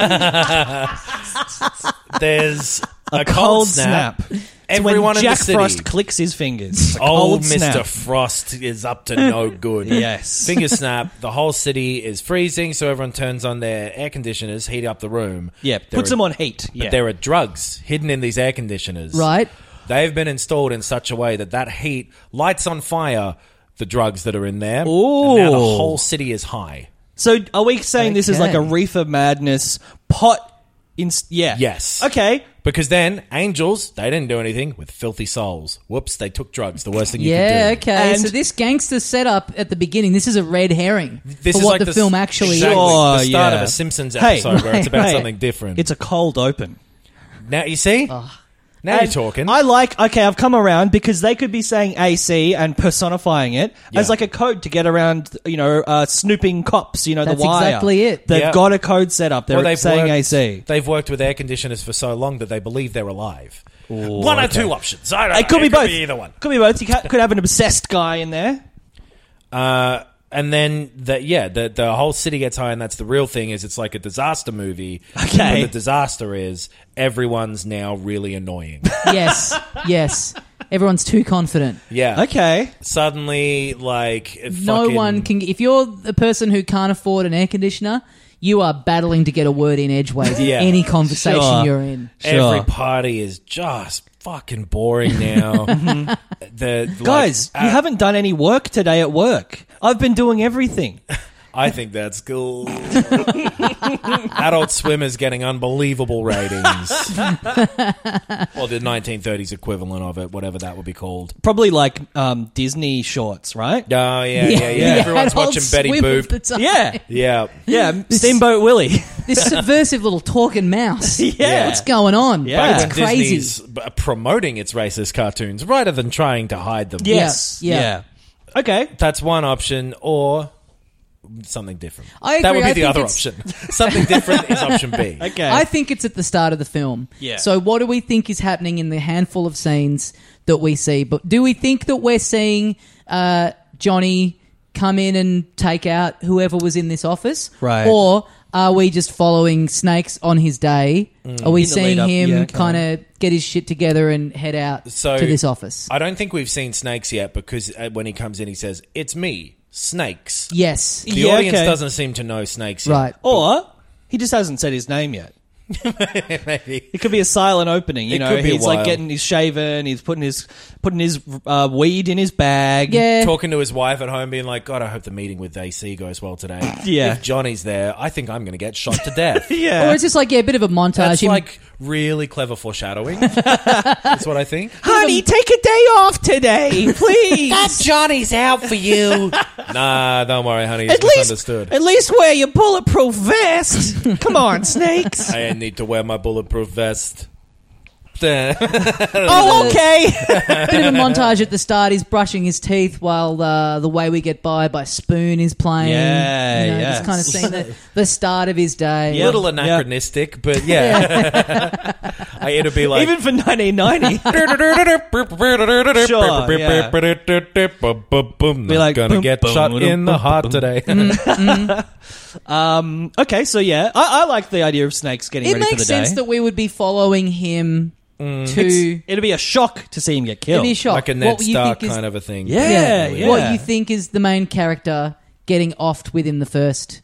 snap. There's a,
a cold snap.
Everyone
when
in the
Jack
city.
Frost clicks his fingers. A
Old
cold
Mr.
snap.
Frost is up to no good.
Yes.
Finger snap. The whole city is freezing, so everyone turns on their air conditioners, heat up the room.
yeah,
There
puts
are-
them on heat.
But
Yeah.
there are drugs hidden in these air conditioners.
right?
They've been installed in such a way that that heat lights on fire the drugs that are in there.
Ooh.
And now the whole city is high.
so are we saying this is like a
Okay.
reefer madness pot? In, yeah.
Yes.
Okay.
Because then angels, they didn't do anything with filthy souls. Whoops, they took drugs. The worst thing you can
Yeah,
do.
okay.
And-
so this gangster setup at the beginning, this is a red herring
This
for
is
what
like
the, film actually
exactly,
is.
Sure,
the start of
Uh, yeah.
a Simpsons
Hey,
episode where it's
right,
about
right.
something different.
It's a cold open.
Now you see. now you're
And
talking.
I like, okay, I've come around because they could be saying AC and personifying it as
Yeah.
like a code to get around, you know, uh, snooping cops, you know,
That's
the wire.
exactly it.
They've
Yeah.
got a code set up. They're
Well, they've
saying
worked,
AC.
They've worked with air conditioners for so long that they believe they're alive. one or two options. I don't.
It
know.
could be both.
either one.
Could be both. You ca- could have an obsessed guy in there.
Uh, and then that yeah, the the whole city gets high, and that's the real thing. Is it's like a disaster movie.
Okay.
But the disaster is everyone's now really annoying.
yes, yes. Everyone's too confident.
Yeah.
Okay.
Suddenly, like
No
fucking-
one can. If you're the person who can't afford an air conditioner, you are battling to get a word in edgeways in
Yeah.
any conversation
Sure.
you're in.
Every
Sure.
party is just fucking boring now. the like,
Mm-hmm. Guys, you
uh,
haven't done any work today at work. I've been doing everything.
I think that's cool. Adult Swim is getting unbelievable ratings. or the 1930s equivalent of it, whatever that would be called.
Probably like um, Disney shorts, right?
Oh, yeah, yeah, yeah.
The
Everyone's
adult
watching Betty
swim of
Boop.
the time.
Yeah.
yeah.
Yeah. Steamboat Willie.
This subversive little talking mouse.
Yeah.
What's going on?
Yeah. Back
It's
when
crazy.
Disney's b- promoting its racist cartoons rather than trying to hide them.
Yes.
Yeah.
yeah. Okay.
That's one option, or something different.
I
That
agree.
would be
I
the
think
other
it's-
option. Something different is option B.
Okay.
I think it's at the start of the film.
Yeah.
So what do we think is happening in the handful of scenes that we see? But do we think that we're seeing uh, Johnny come in and take out whoever was in this office?
Right.
Or are we just following Snakes on his day? Are we
Mm. In the
seeing
lead up,
him
yeah, okay.
kind of get his shit together and head out
So-
to this office?
I don't think we've seen Snakes yet because uh, when he comes in, he says, It's me, Snakes.
yes.
The
Yeah,
audience
okay.
doesn't seem to know Snakes yet.
Right.
Or he just hasn't said his name yet.
Maybe.
It could be a silent opening, you
It
know.
could be a
He's like
while.
getting his shaven. He's putting his putting his uh, weed in his bag.
Yeah.
Talking to his wife at home, being like, God, I hope the meeting with AC goes well today.
Yeah.
If Johnny's there, I think I'm going to get shot to death.
yeah.
Or it's just like yeah, a bit of a montage.
That's
him-
like really clever foreshadowing. That's what I think.
Honey, take a day off today, please.
Johnny's out for you. nah, don't worry, honey. It's
at least,
misunderstood.
at least wear your bulletproof vest. Come on, snakes.
I need to wear my bulletproof vest.
Uh,
oh, okay. bit of a montage at the start. He's brushing his teeth while uh, "The Way We Get By" by Spoon is playing.
Yeah,
you know,
yes.
This kind of scene, the, the start of his day.
Yeah.
little anachronistic, but yeah, I, it'll be like
Even for 1990, yeah.
Be
like,
like, gonna
boom,
get
boom,
shot
boom,
in the
boom,
heart
boom.
today.
Mm-hmm.
um, okay, so yeah, I, I like the idea of snakes getting
it
ready for
makes
the
sense
day. Mm.
that we would be following him to.
It'd be a shock to see him get killed.
It'd be a shock.
like a
What
Ned
you
Stark
think is-
kind of a thing.
Yeah, yeah,
What you think is the main character getting offed within the first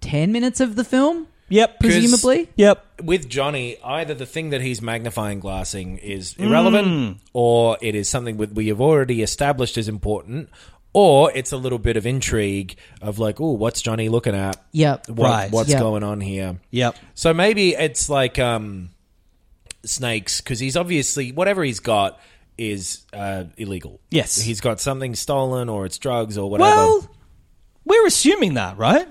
ten minutes of the film,
Yep,
presumably.
Yep.
with Johnny, either the thing that he's magnifying glassing is
Mm.
irrelevant, or it is something that we have already established is important, or it's a little bit of intrigue of like, oh, what's Johnny looking at?
Yep.
What-
Right.
What's
Yeah.
going on here?
Yep.
So maybe it's like um, snakes because he's obviously whatever he's got is uh, illegal.
Yes.
he's got something stolen or it's drugs or whatever.
Well, we're assuming that, right?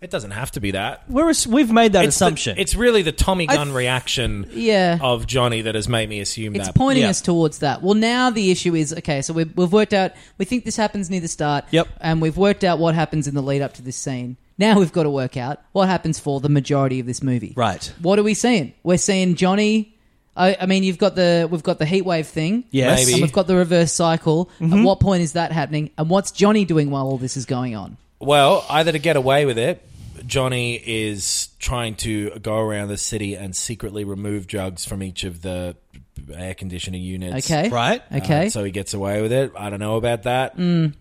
it doesn't have to be that.
We're ass- we've made that
It's the-
assumption.
it's really the Tommy
I
gun
th-
reaction
Yeah.
of Johnny that has made me assume
It's
that.
pointing
Yeah.
us towards that. Well, now the issue is okay. So we've, we've worked out. We think this happens near the start.
Yep.
And we've worked out what happens in the lead up to this scene. Now we've got to work out what happens for the majority of this movie.
Right.
What are we seeing? We're seeing Johnny. I, I mean, you've got the we've got the heat wave thing.
Yes. Mm-hmm.
Maybe.
And we've got the reverse cycle. At what point is that happening? And what's Johnny doing while all this is going on?
Well, either to get away with it, Johnny is trying to go around the city and secretly remove drugs from each of the air conditioning units.
Okay.
Right.
Okay. Mm.
Uh, so he gets away with it. I don't know about that.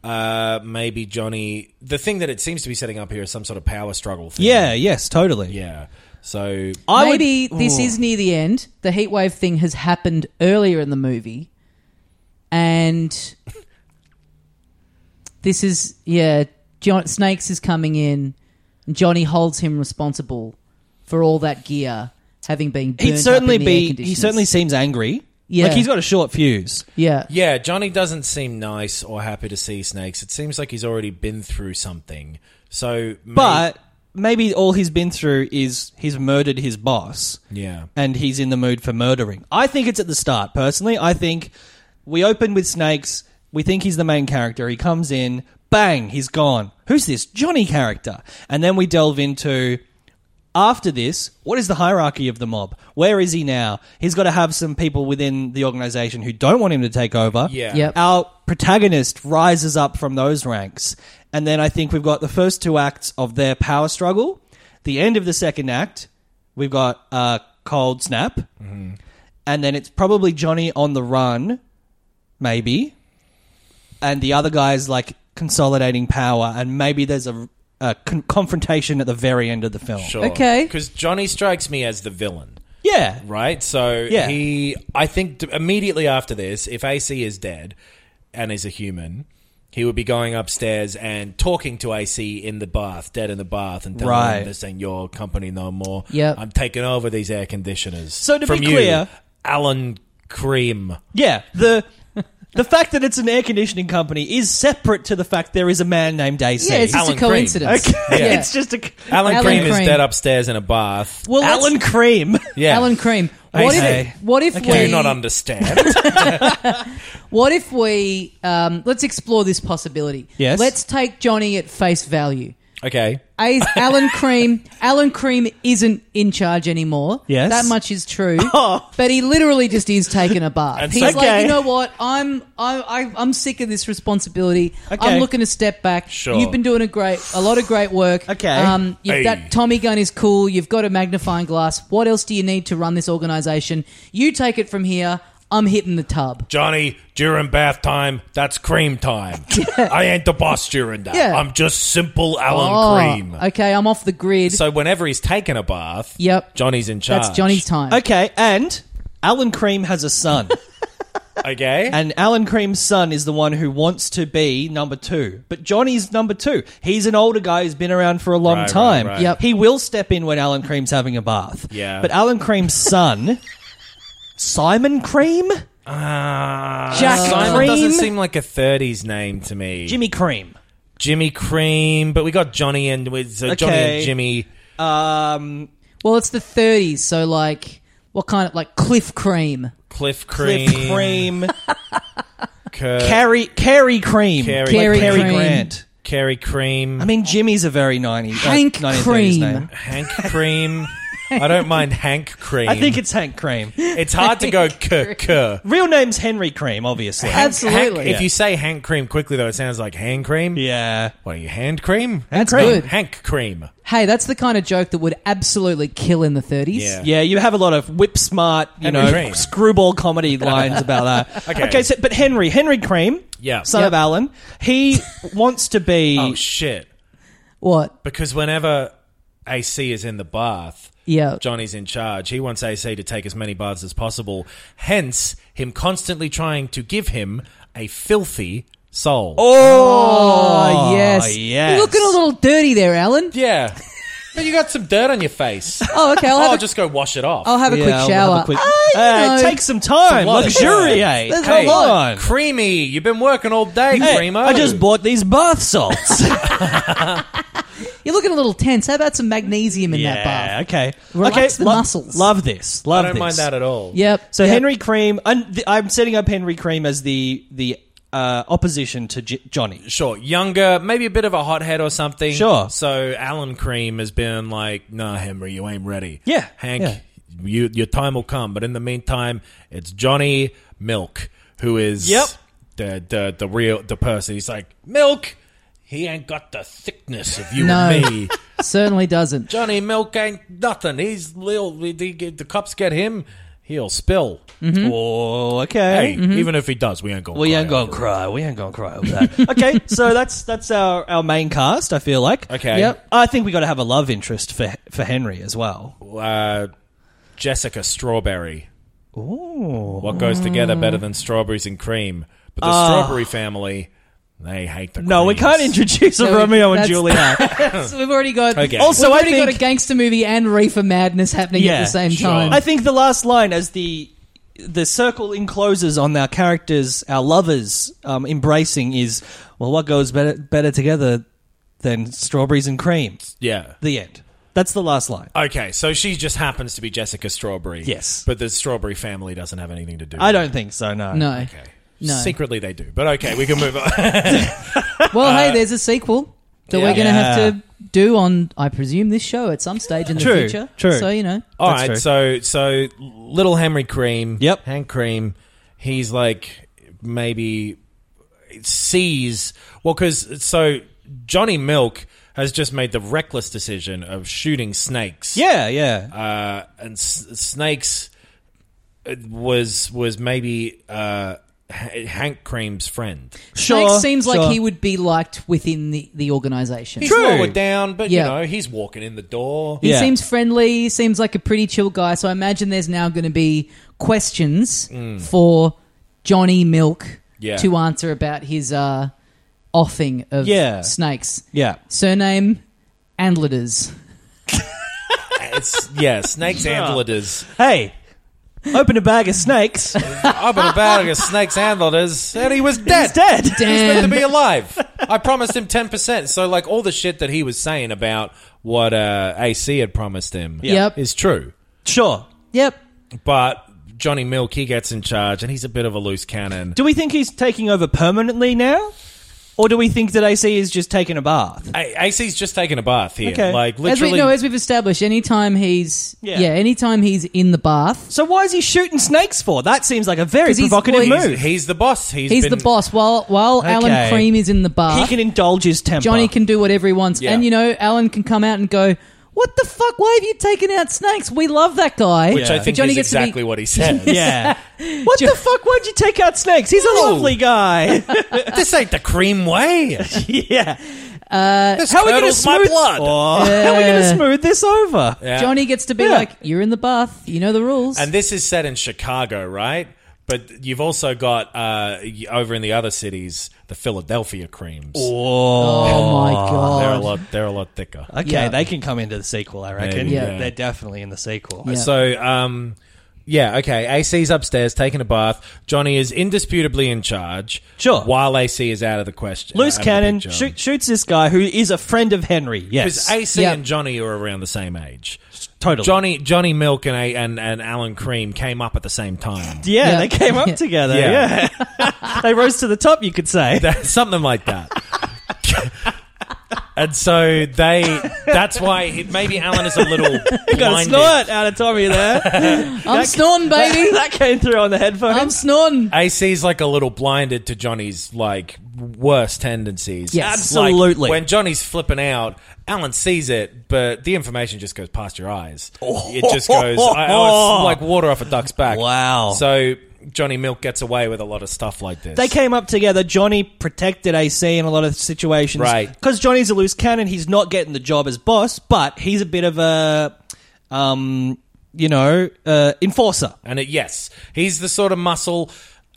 Uh, maybe Johnny. The thing that it seems to be setting up here is some sort of power struggle thing.
yeah. Yes. Totally.
Yeah. So.
I would-
Maybe this is near the end. The heat wave thing has happened earlier in the movie, and this is yeah. John, Snakes is coming in, and Johnny holds him responsible for all that gear having been. Burnt
He'd certainly
up in the air
be. He
conditioners.
certainly seems angry.
Yeah.
Like he's got a short fuse.
yeah.
Yeah, Johnny doesn't seem nice or happy to see snakes. It seems like he's already been through something. So, may-
But maybe all he's been through is he's murdered his boss.
Yeah.
And he's in the mood for murdering. I think it's at the start, personally. I think we open with snakes. We think he's the main character. He comes in, bang, he's gone. Who's this? Johnny character. And then we delve into after this, what is the hierarchy of the mob? Where is he now? He's got to have some people within the organization who don't want him to take over.
Yeah.
Yep.
Our protagonist rises up from those ranks. And then I think we've got the first two acts of their power struggle. The end of the second act, we've got uh, Cold Snap.
Mm-hmm.
And then it's probably Johnny on the run, maybe. And the other guy's like consolidating power. And maybe there's a, a con- confrontation at the very end of the film.
Sure.
Okay.
Because Johnny strikes me as the villain,
Yeah.
right? So
Yeah.
he, I think d- immediately after this, if AC is dead and is a human, he would be going upstairs and talking to AC in the bath, dead in the bath, and telling
Right.
him this ain't your company no more.
Yep.
I'm taking over these air conditioners.
So to
From
be
you,
clear-
Alan Cream.
Yeah, the the fact that it's an air conditioning company is separate to the fact there is a man named AC.
Yeah, it's just
Alan
a
Cream.
coincidence.
Yeah.
Yeah.
it's just a
Alan,
Alan
Cream, is
Cream.
dead upstairs in a bath.
well, let's-
Alan Cream.
Yeah.
Alan Cream.
I
What if?
say.
What if
Do
we?
you not understand?
What if we? Um, let's explore this possibility.
Yes.
Let's take Johnny at face value.
okay.
A- Alan Cream. Alan Cream isn't in charge anymore.
Yes.
that much is true. But he literally just is taking a bath.
Oh. And
He's
so-
like,
Okay.
you know what? I'm I, I, I'm sick of this responsibility.
Okay.
I'm looking to step back.
Sure.
You've been doing a great, a lot of great work.
Okay.
Um, you-
Hey.
that Tommy gun is cool. You've got a magnifying glass. What else do you need to run this organization? You take it from here. I'm hitting the tub.
Johnny, during bath time, that's cream time. I ain't the boss during that.
Yeah.
I'm just simple Alan Cream.
Oh, okay, I'm off the grid.
So whenever he's taken a bath,
Yep.
Johnny's in charge.
That's Johnny's time.
okay, and Alan Cream has a son,
Okay.
and Alan Cream's son is the one who wants to be number two. But Johnny's number two. He's an older guy who's been around for a long
Right, right,
time.
right.
Yep.
He will step in when Alan Cream's having a bath.
Yeah.
But Alan Cream's son, Simon Cream,
Ah.
Jack
Uh, Simon
Cream,
doesn't seem like a 30s name to me.
Jimmy Cream.
Jimmy Cream, but we got Johnny and with so Johnny
Okay.
and Jimmy.
Um,
Well, it's the 30s, so like What kind of like Cliff Cream?
Cliff Cream.
Cliff Cream,
Cur-
Carrie Carrie Cream,
Carrie
like
Carrie
Cary
Cream.
Grant.
Kerry Cream.
I mean, Jimmy's a very 90, uh,
Hank
1930s
Cream.
name.
Hank Cream. I don't mind Hank Cream.
I think it's Hank Cream.
it's hard to go k k.
Real name's Henry Cream, obviously.
Absolutely.
Hank- If you say Hank Cream quickly, though, it sounds like hand cream.
yeah.
What are you, hand cream?
That's
Cream. good.
Hank Cream.
Hey, that's the kind of joke that would absolutely kill in the 30s.
Yeah.
Yeah, you have a lot of whip smart, you
Henry
know,
Cream.
screwball comedy lines about that.
Okay.
so, but Henry, Henry Cream,
Yeah.
son of
Yep.
Alan, he wants to be.
Oh, shit.
What?
Because whenever AC is in the bath,
Yeah.
Johnny's in charge. He wants AC to take as many baths as possible, hence, him constantly trying to give him a filthy soul. Oh,
Oh, yes.
yes.
You're looking a little dirty there, Alan.
yeah. But you got some dirt on your face.
Oh, okay. I'll
Oh,
have, a,
just go wash it off.
I'll have a
Yeah,
quick
we'll have
shower.
a quick-
Ah,
Uh,
you know,
take some time,
lot of-
luxuriate.
There's a
Come
lot.
on.
Creamy, you've been working all day,
Hey,
Creamo.
I just bought these bath salts.
You're looking a little tense. How about some magnesium in that
yeah,
bath?
okay.
Relax
okay,
the
lo-
muscles.
Love this. Love
I don't
this.
mind that at all.
Yep.
So
yep.
Henry Cream, I'm, th- I'm setting up Henry Cream as the the uh, opposition to J- Johnny.
Sure, younger, maybe a bit of a hothead or something.
Sure.
So Alan Cream has been like, "Nah, Henry, you ain't ready."
Yeah,
Hank,
yeah.
you your time will come, but in the meantime, it's Johnny Milk who is
Yep.
the the the real the person. He's like Milk. He ain't got the thickness of you
No.
and me.
Certainly doesn't.
Johnny Milk ain't nothing. He's little. The, the, the cops get him, he'll spill.
Oh, okay.
Mm.
Hey, even if he does, we ain't going.
We ain't gonna cry. We ain't gonna cry over that. okay, so that's that's our, our main cast. I feel like.
Okay.
Yep.
I think we got to have a love interest for for Henry as well.
uh, Jessica Strawberry. Ooh. What goes together better than strawberries and cream? But the strawberry family, they hate the
Ah. No, we
creams.
can't introduce a
No, we-
Romeo and
that's-
Juliet.
So we've already got.
Okay.
Also,
we've
I
already got
think-
a gangster movie and reefer madness happening at
Yeah,
the same
sure.
time.
I think the last line as the the circle encloses on our characters, our lovers um, embracing is well, what goes better better together than strawberries and cream?
Yeah.
The end. That's the last line.
Okay, so she just happens to be Jessica Strawberry.
Yes.
But the strawberry family doesn't have anything to do with
I don't think so. No.
no.
it. Okay.
No.
Secretly they do. But okay, we can move on.
Well, hey, there's a sequel that
yeah.
we're going to
Uh, Yeah.
have to do on, I presume, this show at some stage in the
True,
future.
true.
So, you know.
All
That's
right,
fair.
so so little Henry Cream.
Yep.
Hank Cream. He's like maybe sees well because so Johnny Milk has just made the reckless decision of shooting snakes.
Yeah, yeah.
uh, and s- snakes uh, was was maybe uh, H- Hank Cream's friend.
sure.
Snake seems
sure.
like he would be liked within the, the organization.
He's
True.
lower down, but
Yeah.
you know he's walking in the door.
He
Yeah.
seems friendly, seems like a pretty chill guy. So I imagine there's now going to be questions
Mm.
for Johnny Milk
Yeah.
to answer about his uh, offing of
Yeah.
snakes.
Yeah.
Surname Andleders.
It's yeah, snakes antlers.
Hey, open a bag of snakes.
Up in a bag of snakes antlers, and he was dead.
He's dead.
He's meant to
Damn.
be alive. I promised him ten percent. So like all the shit that he was saying about what uh, AC had promised him
Yep.
is true.
Sure.
Yep.
But Johnny Milk he gets in charge, and he's a bit of a loose cannon.
Do we think he's taking over permanently now? Or do we think that AC is just taking a bath?
A- AC's just taking a bath here.
Okay.
Like
As
literally,
we know, as we've established, anytime he's
Yeah.
yeah, anytime he's in the bath,
So why is he shooting snakes for? That seems like a very
'Cause he's-
provocative
well,
he's,
move.
he's the boss. He's,
he's
been,
the boss. While while
Okay.
Alan Cream is in the bath,
he can indulge his temper.
Uh, Johnny can do whatever he wants.
Yeah.
And, you know, Alan can come out and go, What the fuck? Why have you taken out snakes? We love that guy.
Which I
Yeah.
think
Johnny
is
gets to be-
exactly what he said.
Yeah. what the fuck? Why'd you take out snakes? He's a
No.
lovely guy.
this ain't the cream way.
yeah.
This
How are we going to
curdles my
smooth?
blood.
Oh, How are we going to smooth this over?
Yeah.
Johnny gets to be
Yeah.
like, You're in the bath. You know the rules.
And this is set in Chicago, right? But you've also got uh, y- over in the other cities the Philadelphia creams.
oh, my
They're a
God.
lot. They're a lot thicker.
Okay,
Yeah.
they can come into the sequel, I reckon.
Maybe,
Yeah.
They're definitely in the sequel.
Yeah.
So, um, Yeah, okay. AC's upstairs taking a bath. Johnny is indisputably in charge.
Sure.
While AC is out of the question.
Loose
out of the
cannon
picture.
shoot, shoots this guy who is a friend of Henry. Yes,
Because AC
Yeah.
and Johnny are around the same age.
totally.
Johnny Johnny Milk and a, and, and Alan Cream came up at the same time.
yeah,
Yeah.
they came up
Yeah.
together. Yeah,
Yeah.
they rose to the top. You could say.
That- Something like that. and so they that's why he, maybe Alan is a little
Got a
blinded.
snort out of Tommy there.
I'm snorting, baby.
that came through on the headphones.
I'm snorting.
AC's like a little blinded to Johnny's like worst tendencies.
Yes.
Like,
Absolutely.
when Johnny's flipping out, Alan sees it, but the information just goes past your eyes. It just goes I, oh, it's like water off a duck's back.
Wow.
So Johnny Milk gets away with a lot of stuff like this.
They came up together. Johnny protected AC in a lot of situations.
Right.
Because Johnny's a loose cannon. He's not getting the job as boss, but he's a bit of a, um, you know, uh, enforcer.
And it, yes, he's the sort of muscle.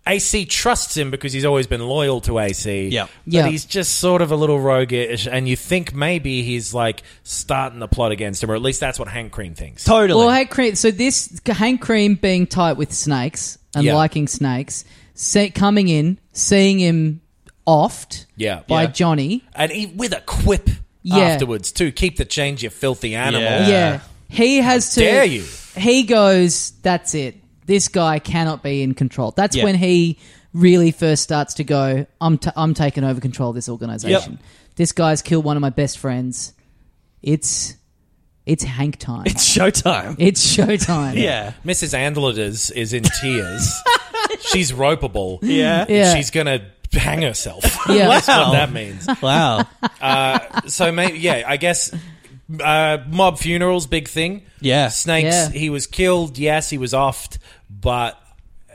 AC trusts him because he's always been loyal to AC.
Yeah.
But
Yeah.
he's just sort of a little roguish, and you think maybe he's like starting the plot against him, or at least that's what Hank Cream thinks.
Totally.
Well, Hank Cream. So this Hank Cream being tight with snakes and
Yeah.
liking snakes, see, coming in, seeing him offed
Yeah.
by
Yeah.
Johnny.
and he, with a quip
Yeah.
afterwards, too. Keep the change, you filthy animal.
Yeah.
yeah, he has to.
Uh, dare you.
He goes. That's it. This guy cannot be in control. That's
Yeah.
when he really first starts to go. I'm t- I'm taking over control of this organization. This guy's killed one of my best friends. It's it's Hank time. It's,
it's showtime.
showtime.
Yeah.
Mrs. Andlet is, is in tears. She's ropeable.
Yeah.
Yeah.
She's going to hang herself.
Yeah.
That's what that means.
Wow.
so maybe yeah, I guess uh, mob funerals big thing.
Yeah.
snakes.
Yeah.
He was killed. Yes, he was offed, but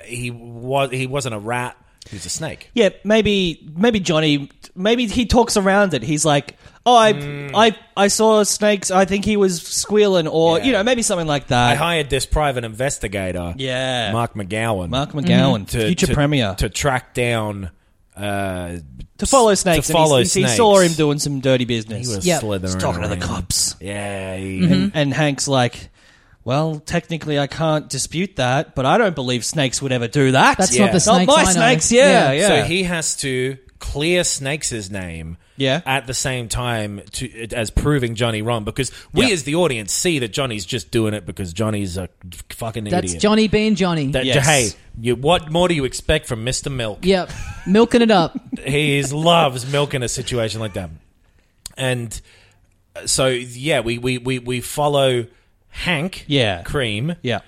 he was he wasn't a rat. He was a snake.
Yeah, maybe maybe Johnny maybe he talks around it. He's like, "Oh, I
Mm.
I I saw snakes. I think he was squealing or,
Yeah.
you know, maybe something like
I
that."
hired this private investigator,
yeah.
Mark McGowan,
Mark McGowan,
Mm-hmm. to,
future
to-
premier.
to track down. Uh,
to follow snakes.
To follow
and he,
snakes.
he saw him doing some dirty business.
He was
Yeah.
slithering
talking to the
around.
cops.
Yeah, he,
Mm-hmm. And Hank's like, "Well, technically, I can't dispute that, but I don't believe snakes would ever do that.
That's
Yeah.
not the
not
snakes.
my
I know.
snakes. Yeah, yeah.
So he has to clear Snakes' name
Yeah.
at the same time to, as proving Johnny wrong because we
Yeah.
as the audience see that Johnny's just doing it because Johnny's a fucking
That's
idiot.
Johnny being Johnny.
That,
Yes.
Hey, you, what more do you expect from Mr. Milk?
yep, milking it up.
He is, loves milk in a situation like that. And uh, so, yeah, we, we, we, we follow Hank
Yeah.
Cream
yeah,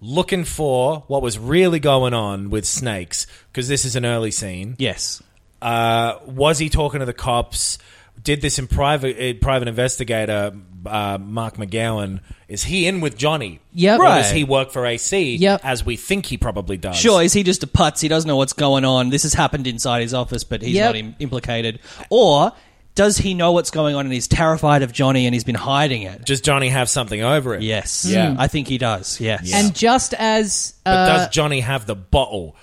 looking for what was really going on with Snakes because this is an early scene.
yes,
uh, was he talking to the cops? Did this in private? Uh, private investigator uh, Mark McGowan is he in with Johnny?
Yep.
Or does
Right.
he work for AC?
Yep.
As we think he probably does.
sure. Is he just a putz? He doesn't know what's going on. This has happened inside his office, but he's
Yep.
not Im- implicated. Or does he know what's going on and he's terrified of Johnny and he's been hiding it?
Does Johnny have something over him?
Yes,
Yeah.
I think he does. Yes,
Hmm. And just as
But
uh,
does Johnny have the bottle?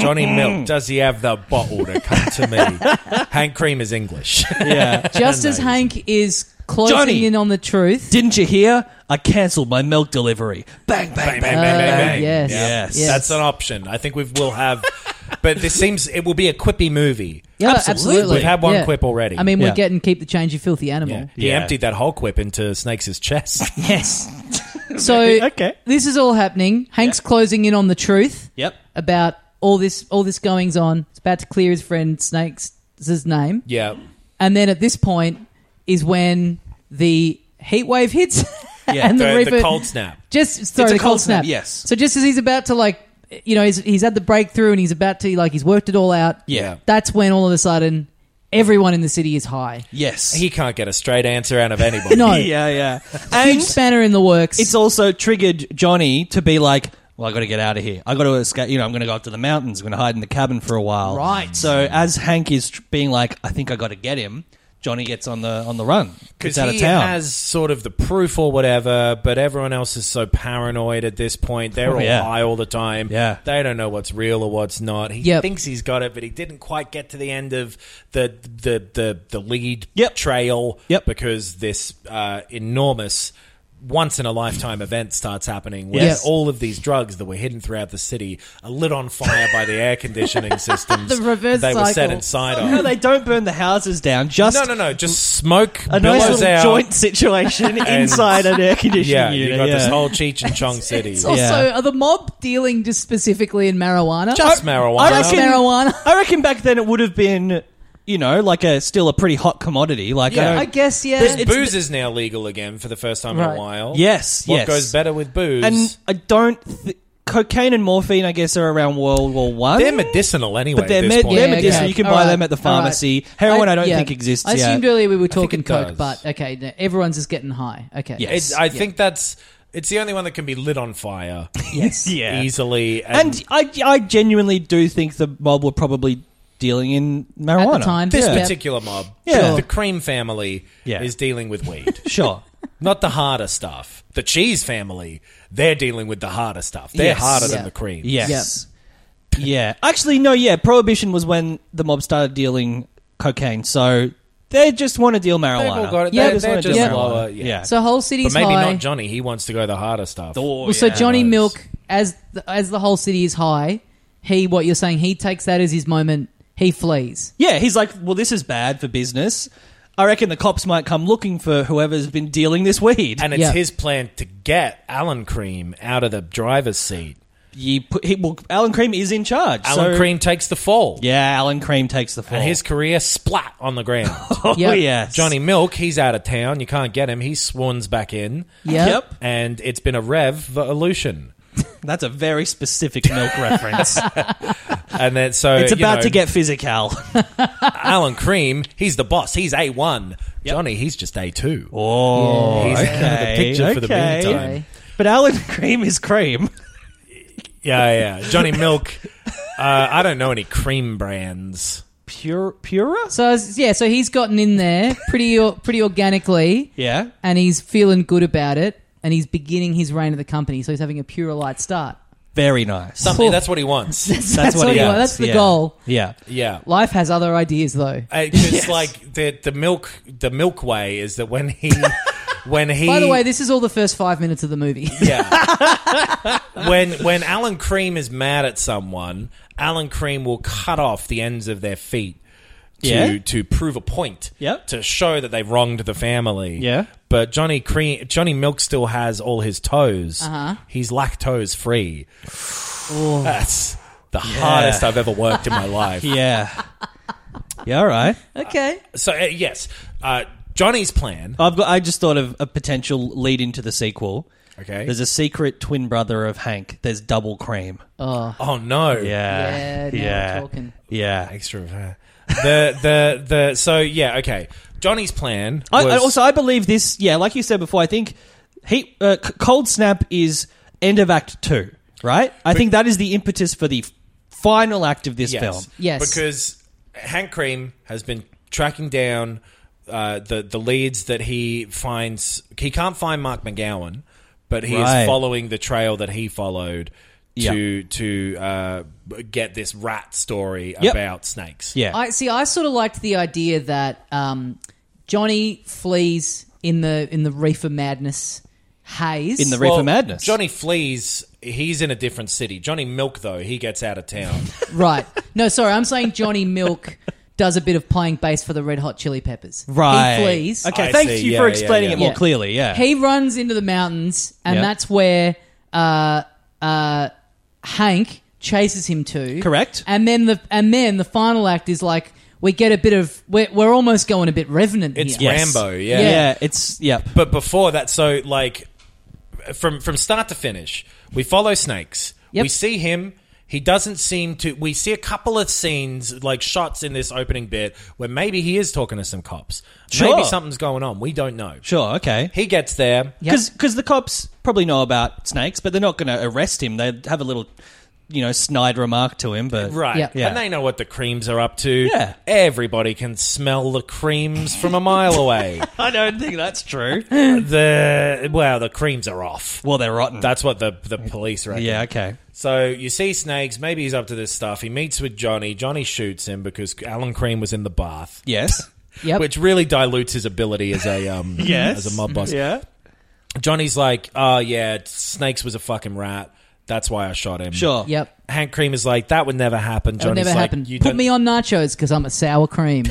Johnny Milk, does he have the bottle to come to me? Hank Cream is English.
yeah.
uh, just as Hank is closing
Johnny!
in on the truth,
Didn't you hear? I cancelled my milk delivery. Bang, bang, bang.
Uh,
yes.
Yeah.
Yes.
That's an option. I think we will have. But this seems it will be a quippy movie.
Yeah,
Absolutely.
absolutely.
We've had one
Yeah.
quip already.
I mean,
Yeah.
we're getting keep the change, you filthy animal.
He
Yeah.
emptied that whole quip into Snakes' chest.
Yes.
So
Okay.
this is all happening. Hank's closing in on the truth
Yep.
about all this all this goings on. It's about to clear his friend Snake's his name,
yeah.
and then at this point is when the heat wave hits
Yeah,
and the,
The,
reaper
the cold snap.
Just sorry,
a
the
cold
cold
snap,
snap.
yes.
So just as he's about to like, you know, he's he's had the breakthrough and he's about to like he's worked it all out.
Yeah.
That's when all of a sudden everyone in the city is high.
Yes.
He can't get a straight answer out of anybody.
No.
yeah, yeah.
Huge
And
spanner in the works.
it's also triggered Johnny to be like, well, I got to get out of here. I got to escape. You know, I'm going to go up to the mountains. I'm going to hide in the cabin for a while.
Right.
So as Hank is tr- being like, I think I got to get him. Johnny gets on the on the run. Gets
Because
out
he
of town.
has sort of the proof or whatever, but everyone else is so paranoid at this point. They're
Oh,
all
yeah.
high all the time.
Yeah.
They don't know what's real or what's not. He
Yep.
thinks he's got it, but he didn't quite get to the end of the the the, the lead
Yep.
trail
Yep.
because this uh, enormous once in a lifetime event starts happening where
Yes.
all of these drugs that were hidden throughout the city are lit on fire by the air conditioning systems
The reverse
that they were set
cycle.
inside
No,
of.
they don't burn the houses down. Just
No, no, no. Just smoke
a nice
billows
little
out.
joint situation inside an air conditioning
yeah,
unit.
you got this
yeah.
whole Cheech and Chong city.
It's also
Yeah.
are the mob dealing just specifically in marijuana?
Just marijuana.
Just marijuana.
I reckon back then it would have been, you know, like a still a pretty hot commodity. Like
Yeah.
I don't-
I guess yeah.
There's- it's-
booze is now legal again for the first time in
Right.
a while.
Yes,
What
yes.
goes better with booze?
and I don't. Th- cocaine and morphine, I guess, are around World War One.
they're medicinal anyway.
but they're,
at this
med-
point.
they're
Yeah,
medicinal.
okay.
You can
All
buy
right.
them at
All
the
right.
pharmacy. Heroin, I, don't
yeah.
think exists.
I
yet.
assumed earlier we were talking
it does.
coke, but okay, no, everyone's just getting high. Okay,
Yes.
It's, I think that's it's the only one that can be lit on fire
yes,
Yeah.
easily. And,
and I, I genuinely do think the mob were probably dealing in marijuana
time.
this
Yeah.
particular mob,
Yeah.
the Cream family,
Yeah.
is dealing with weed.
Sure.
Not the harder stuff. The Cheese family, they're dealing with the harder stuff. They're
Yes.
harder
Yeah.
than the Cream.
Yes. Yeah. Actually, no, yeah. Prohibition was when the mob started dealing cocaine. So they just want to deal
They've
marijuana.
all got it.
Yeah,
they're,
just
they're
wanna
just
deal marijuana.
lower. Yeah.
Yeah.
So whole city's
But maybe
high.
not Johnny. He wants to go the harder stuff.
Oh,
well, so
yeah.
Johnny
those.
Milk, as the, as the whole city is high, he what you're saying, he takes that as his moment. He flees.
Yeah, he's like, well, this is bad for business. I reckon the cops might come looking for whoever's been dealing this weed.
And it's
Yeah.
his plan to get Alan Cream out of the driver's seat.
you put, he, well, Alan Cream is in charge.
Alan
so-
Cream takes the fall.
Yeah, Alan Cream takes the fall.
And his career splat on the ground.
oh,
Yep.
yes.
Johnny Milk, he's out of town. You can't get him. He swoons back in.
Yeah.
Yep.
And it's been a revolution.
That's a very specific milk reference.
And then so
it's
you
about
know,
to get physical.
Alan Cream, he's the boss. He's A1. Johnny, he's just A2.
Oh,
He's out of the picture for the meantime.
Okay.
But Alan Cream is cream.
Yeah, yeah. Johnny Milk, uh, I don't know any cream brands.
Pure, purer?
So as- yeah, so he's gotten in there pretty or- pretty organically,
Yeah.
and he's feeling good about it, and he's beginning his reign of the company. So he's having a pure light start.
Very nice.
Something that's what he wants.
That's, what he wants. That's the
yeah.
goal.
Yeah.
Yeah.
Life has other ideas though.
It's like the the milk the milk way is that when he when he
By the way, this is all the first five minutes of the movie.
Yeah. when when Alan Cream is mad at someone, Alan Cream will cut off the ends of their feet to
Yeah.
to prove a point.
Yep.
To show that they've wronged the family.
Yeah.
But Johnny Cream Johnny Milk still has all his toes. Uh-huh. He's lactose free. That's the hardest I've ever worked in my life.
Yeah. yeah, all right.
okay.
So uh, yes, uh, Johnny's plan.
I've got I just thought of a potential lead into the sequel.
Okay.
There's a secret twin brother of Hank. There's double cream.
oh no.
Yeah.
Yeah, now we're
yeah.
talking.
Yeah.
Extra. uh, the the the so yeah okay. Johnny's plan.
I, I
was-
also I believe this, yeah, like you said before, I think he uh, C- Cold Snap is end of act 2, right? I think that is the impetus for the f- final act of this film.
Yes.
Because Hank Cream has been tracking down uh, the the leads that he finds. He can't find Mark McGowan, but he
Right.
is following the trail that he followed to to uh, get this rat story
Yep.
about snakes.
Yeah.
I see. I sort of liked the idea that um, Johnny flees in the in the reefer madness haze.
in the Reefer
Well,
Madness.
Johnny flees. He's in a different city. Johnny Milk, though, he gets out of town.
right? No, sorry. I'm saying Johnny Milk does a bit of playing bass for the Red Hot Chili Peppers.
Right.
He flees.
Okay,
I
thank
see.
you
Yeah,
for
yeah,
explaining
yeah.
it more
Yeah.
clearly. Yeah.
He runs into the mountains, and
Yep.
that's where uh, uh, Hank chases him to.
Correct.
And then the and then the final act is like we get a bit of we're, we're almost going a bit revenant.
It's
here.
Yes.
Rambo, yeah.
yeah.
Yeah.
it's yep.
But before that, so like from from start to finish, we follow Snakes.
Yep.
We see him. He doesn't seem to. We see a couple of scenes, like shots in this opening bit, where maybe he is talking to some cops.
Sure.
Maybe something's going on. We don't know.
Sure, okay.
He gets there.
Yep.
Because the cops probably know about snakes, but they're not going to arrest him. They have a little, you know, snide remark to him. But
Right.
Yeah.
Yeah.
And they know what the creams are up to.
Yeah.
Everybody can smell the creams from a mile away.
I don't think that's true.
the well, the creams are off.
well, they're rotten.
That's what the the police reckon.
yeah, okay.
So you see Snakes, maybe he's up to this stuff. He meets with Johnny. Johnny shoots him because Alan Cream was in the bath,
Yes.
Yep.
which really dilutes his ability as a um
Yes.
as a mob boss.
Yeah.
Johnny's like, oh, yeah, Snakes was a fucking rat. That's why I shot him.
Sure.
Yep.
Hank Cream is like, that would never happen.
That would
Johnny's
never
like,
happen.
oh, you
Put
don't-
me on nachos because I'm a sour cream.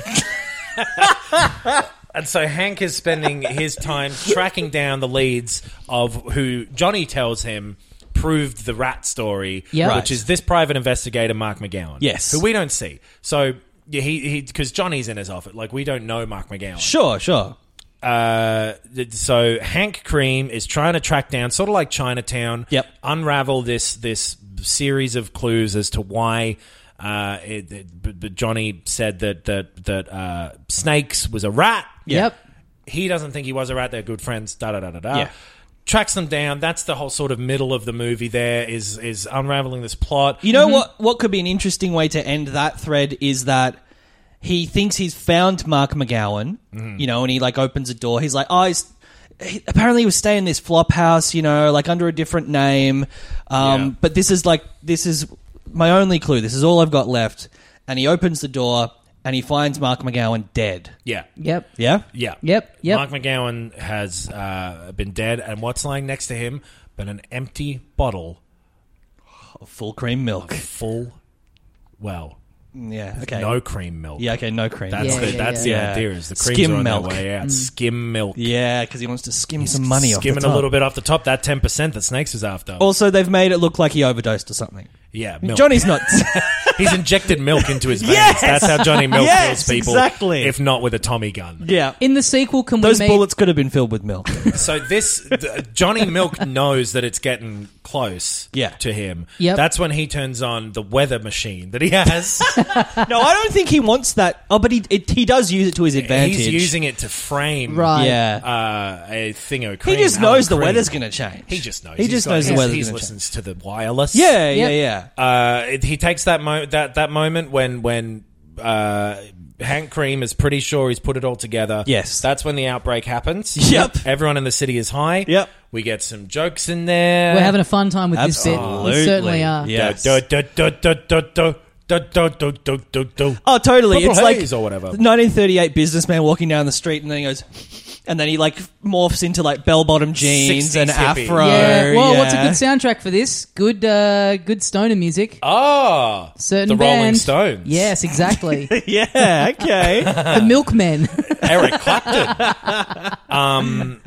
And so Hank is spending his time tracking down the leads of who Johnny tells him proved the rat story,
Yep. Right.
which is this private investigator Mark McGowan.
Yes.
who we don't see. So yeah, he he because Johnny's in his office, like we don't know Mark McGowan.
Sure, sure.
Uh, th- so Hank Cream is trying to track down, sort of like Chinatown.
Yep.
Unravel this this series of clues as to why. Uh, it, it- b- b- Johnny said that that that uh, snakes was a rat.
Yep.
He doesn't think he was a rat. They're good friends. Da da da da da.
Yeah.
Tracks them down. That's the whole sort of middle of the movie. There is is unraveling this plot.
You
Mm-hmm.
know what? What could be an interesting way to end that thread is that he thinks he's found Mark McGowan.
Mm-hmm.
You know, and he like opens a door. He's like, oh, he's, he, apparently he was staying in this flop house. You know, like under a different name. Um,
Yeah.
But this is like this is my only clue. This is all I've got left. And he opens the door and he finds Mark McGowan dead.
yeah.
Yep.
Yeah.
Yeah.
Yep, yep.
Mark McGowan has uh, been dead, and what's lying next to him but an empty bottle
Full cream milk.
full, well,
Yeah. Okay.
no cream milk.
Yeah. Okay. No cream.
That's
Yeah,
the,
yeah, Mm.
that's
yeah.
the idea. Is the creams
Skim
are on
milk.
their way out? Skim milk.
Yeah, because he wants to skim some money off. the
Skimming a
top.
little bit off the top. That ten percent that Snakes is after.
Also, they've made it look like he overdosed or something.
yeah, milk.
Johnny's not.
He's injected milk into his veins.
Yes!
That's how Johnny Milk
Yes,
kills people.
exactly.
If not with a Tommy gun.
yeah.
In the sequel, can
Those
we make
bullets could have been filled with milk.
So this th- Johnny Milk knows that it's getting close
Yeah.
to him.
Yep.
That's when he turns on the weather machine that he has.
no, I don't think he wants that. Oh, but he it, he does use it to his advantage.
He's using it to frame
right?
Yeah.
uh, a thing of
he
cream,
just
Alan
knows the
Cream.
weather's going to change.
He just knows.
He
He's
just
got-
knows the
he's-
weather's
He
going to change.
listens to the wireless.
Yeah,
Yep.
yeah, yeah.
Uh, it- he takes that mo- that that moment when when uh, Hank Cream is pretty sure he's put it all together.
Yes.
that's when the outbreak happens.
Yep.
everyone in the city is high.
Yep.
we get some jokes in there.
We're having a fun time with this bit.
Absolutely.
We certainly are.
Yes.
Du- du- du- du- du- du- du- du- du- du- du- du.
Oh, totally.
Purple
it's
haze
like
or whatever.
1938 businessman walking down the street, and then he goes, and then he like morphs into like bell-bottom jeans
60s
and
hippie.
afro.
Yeah. Well, what's a
yeah.
good soundtrack for this? Good, uh, good stoner music.
Ah,
Certain
the Rolling
band.
Stones.
Yes, exactly.
Yeah. Okay.
the Milkmen.
Eric Clapton. um,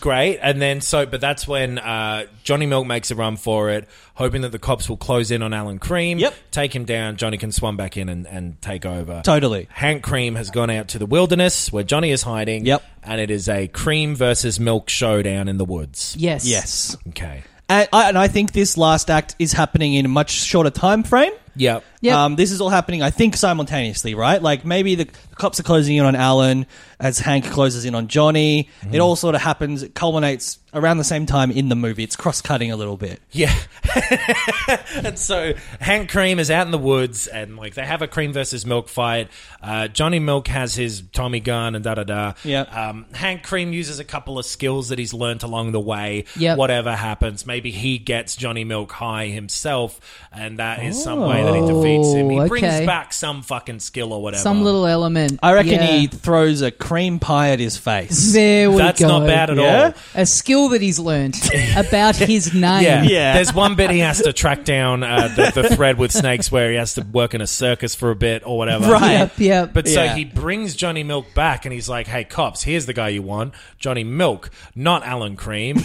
great. And then so, but that's when uh, Johnny Milk makes a run for it, hoping that the cops will close in on Alan Cream.
Yep.
Take him down. Johnny can swim back in and, and take over.
totally.
Hank Cream has gone out to the wilderness where Johnny is hiding.
Yep.
And it is a cream versus milk showdown in the woods.
yes.
Yes.
Okay.
And I, and I think this last act is happening in a much shorter time frame.
Yep.
Yep.
Um, this is all happening, I think, simultaneously, right? Like maybe the, the cops are closing in on Alan as Hank closes in on Johnny.
Mm-hmm.
It all sort of happens. It culminates around the same time in the movie. It's cross cutting a little bit.
Yeah. and so Hank Cream is out in the woods and like they have a cream versus milk fight. Uh, Johnny Milk has his Tommy gun and da da da.
Yeah.
Um, Hank Cream uses a couple of skills that he's learnt along the way.
Yep.
Whatever happens, maybe he gets Johnny Milk high himself and that is some way that he defeats him. He
Oh,
brings
okay.
back some fucking skill or whatever.
Some little element.
I reckon
Yeah.
he throws a cream pie at his face.
There we
That's
go.
not bad at
Yeah?
all.
A skill that he's learned about his name.
Yeah.
Yeah.
There's one bit he has to track down uh, the, the thread with snakes where he has to work in a circus for a bit or whatever.
Right.
Yep, yep.
But
Yeah.
so he brings Johnny Milk back and he's like, hey, cops, here's the guy you want Johnny Milk, not Alan Cream.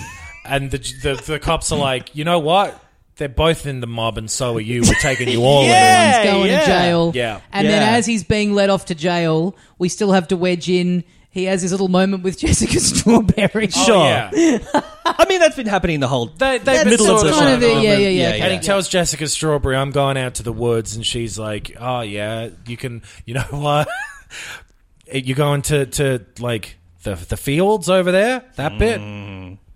and the, the, the cops are like, you know what? They're both in the mob and so are you. We're taking you all
Yeah.
in.
He's going
yeah.
to jail.
Yeah.
And then
Yeah.
as he's being led off to jail, we still have to wedge in. He has his little moment with Jessica Strawberry.
Sure.
Yeah.
I mean, that's been happening the whole
They- they've been
middle of
sort
the
of
show.
kind of it,
yeah, yeah, yeah, okay.
And he tells Jessica Strawberry, I'm going out to the woods. And she's like, oh, yeah, you can, you know what? You're going to, to like, the, the fields over there? That bit?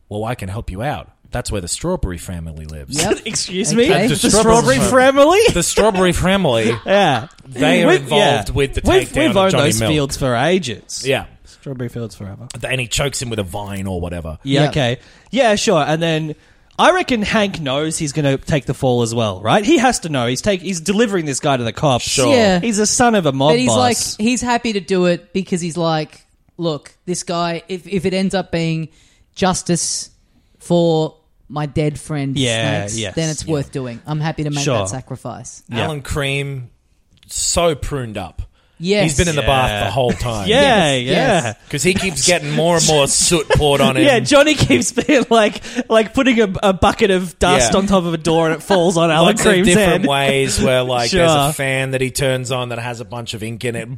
Well, I can help you out. That's where the Strawberry family lives.
Yep.
Excuse me,
Okay.
the
The
strawberry
strawberry-
family.
The Strawberry family,
Yeah,
they are
We've-
involved with the
we've,
takedown
we've
of
owned
Johnny
those
Milk.
fields for ages.
Yeah.
strawberry fields forever.
And he chokes him with a vine or whatever.
Yeah,
Yeah.
okay. Yeah, sure. And then I reckon Hank knows he's going to take the fall as well, right? He has to know. He's take he's delivering this guy to the cops.
Sure.
Yeah.
He's a son of a mob
But he's
boss.
like, he's happy to do it because he's like, look, this guy, if, if it ends up being justice for my dead friend
Yeah,
Snakes,
yes,
then it's
yeah.
worth doing. I'm happy to make
Sure.
that sacrifice.
Yeah.
Alan Cream, so pruned up.
Yes.
He's been in the
Yeah.
bath the whole time.
Yeah,
Yes,
yeah.
yes.
Because he keeps getting more and more soot poured on him.
Yeah, Johnny keeps being like, like putting a, a bucket of dust
Yeah.
on top of a door and it falls on Alan
Lots of
Cream's
different
head.
ways where like there's
Sure.
a fan that he turns on that has a bunch of ink in it.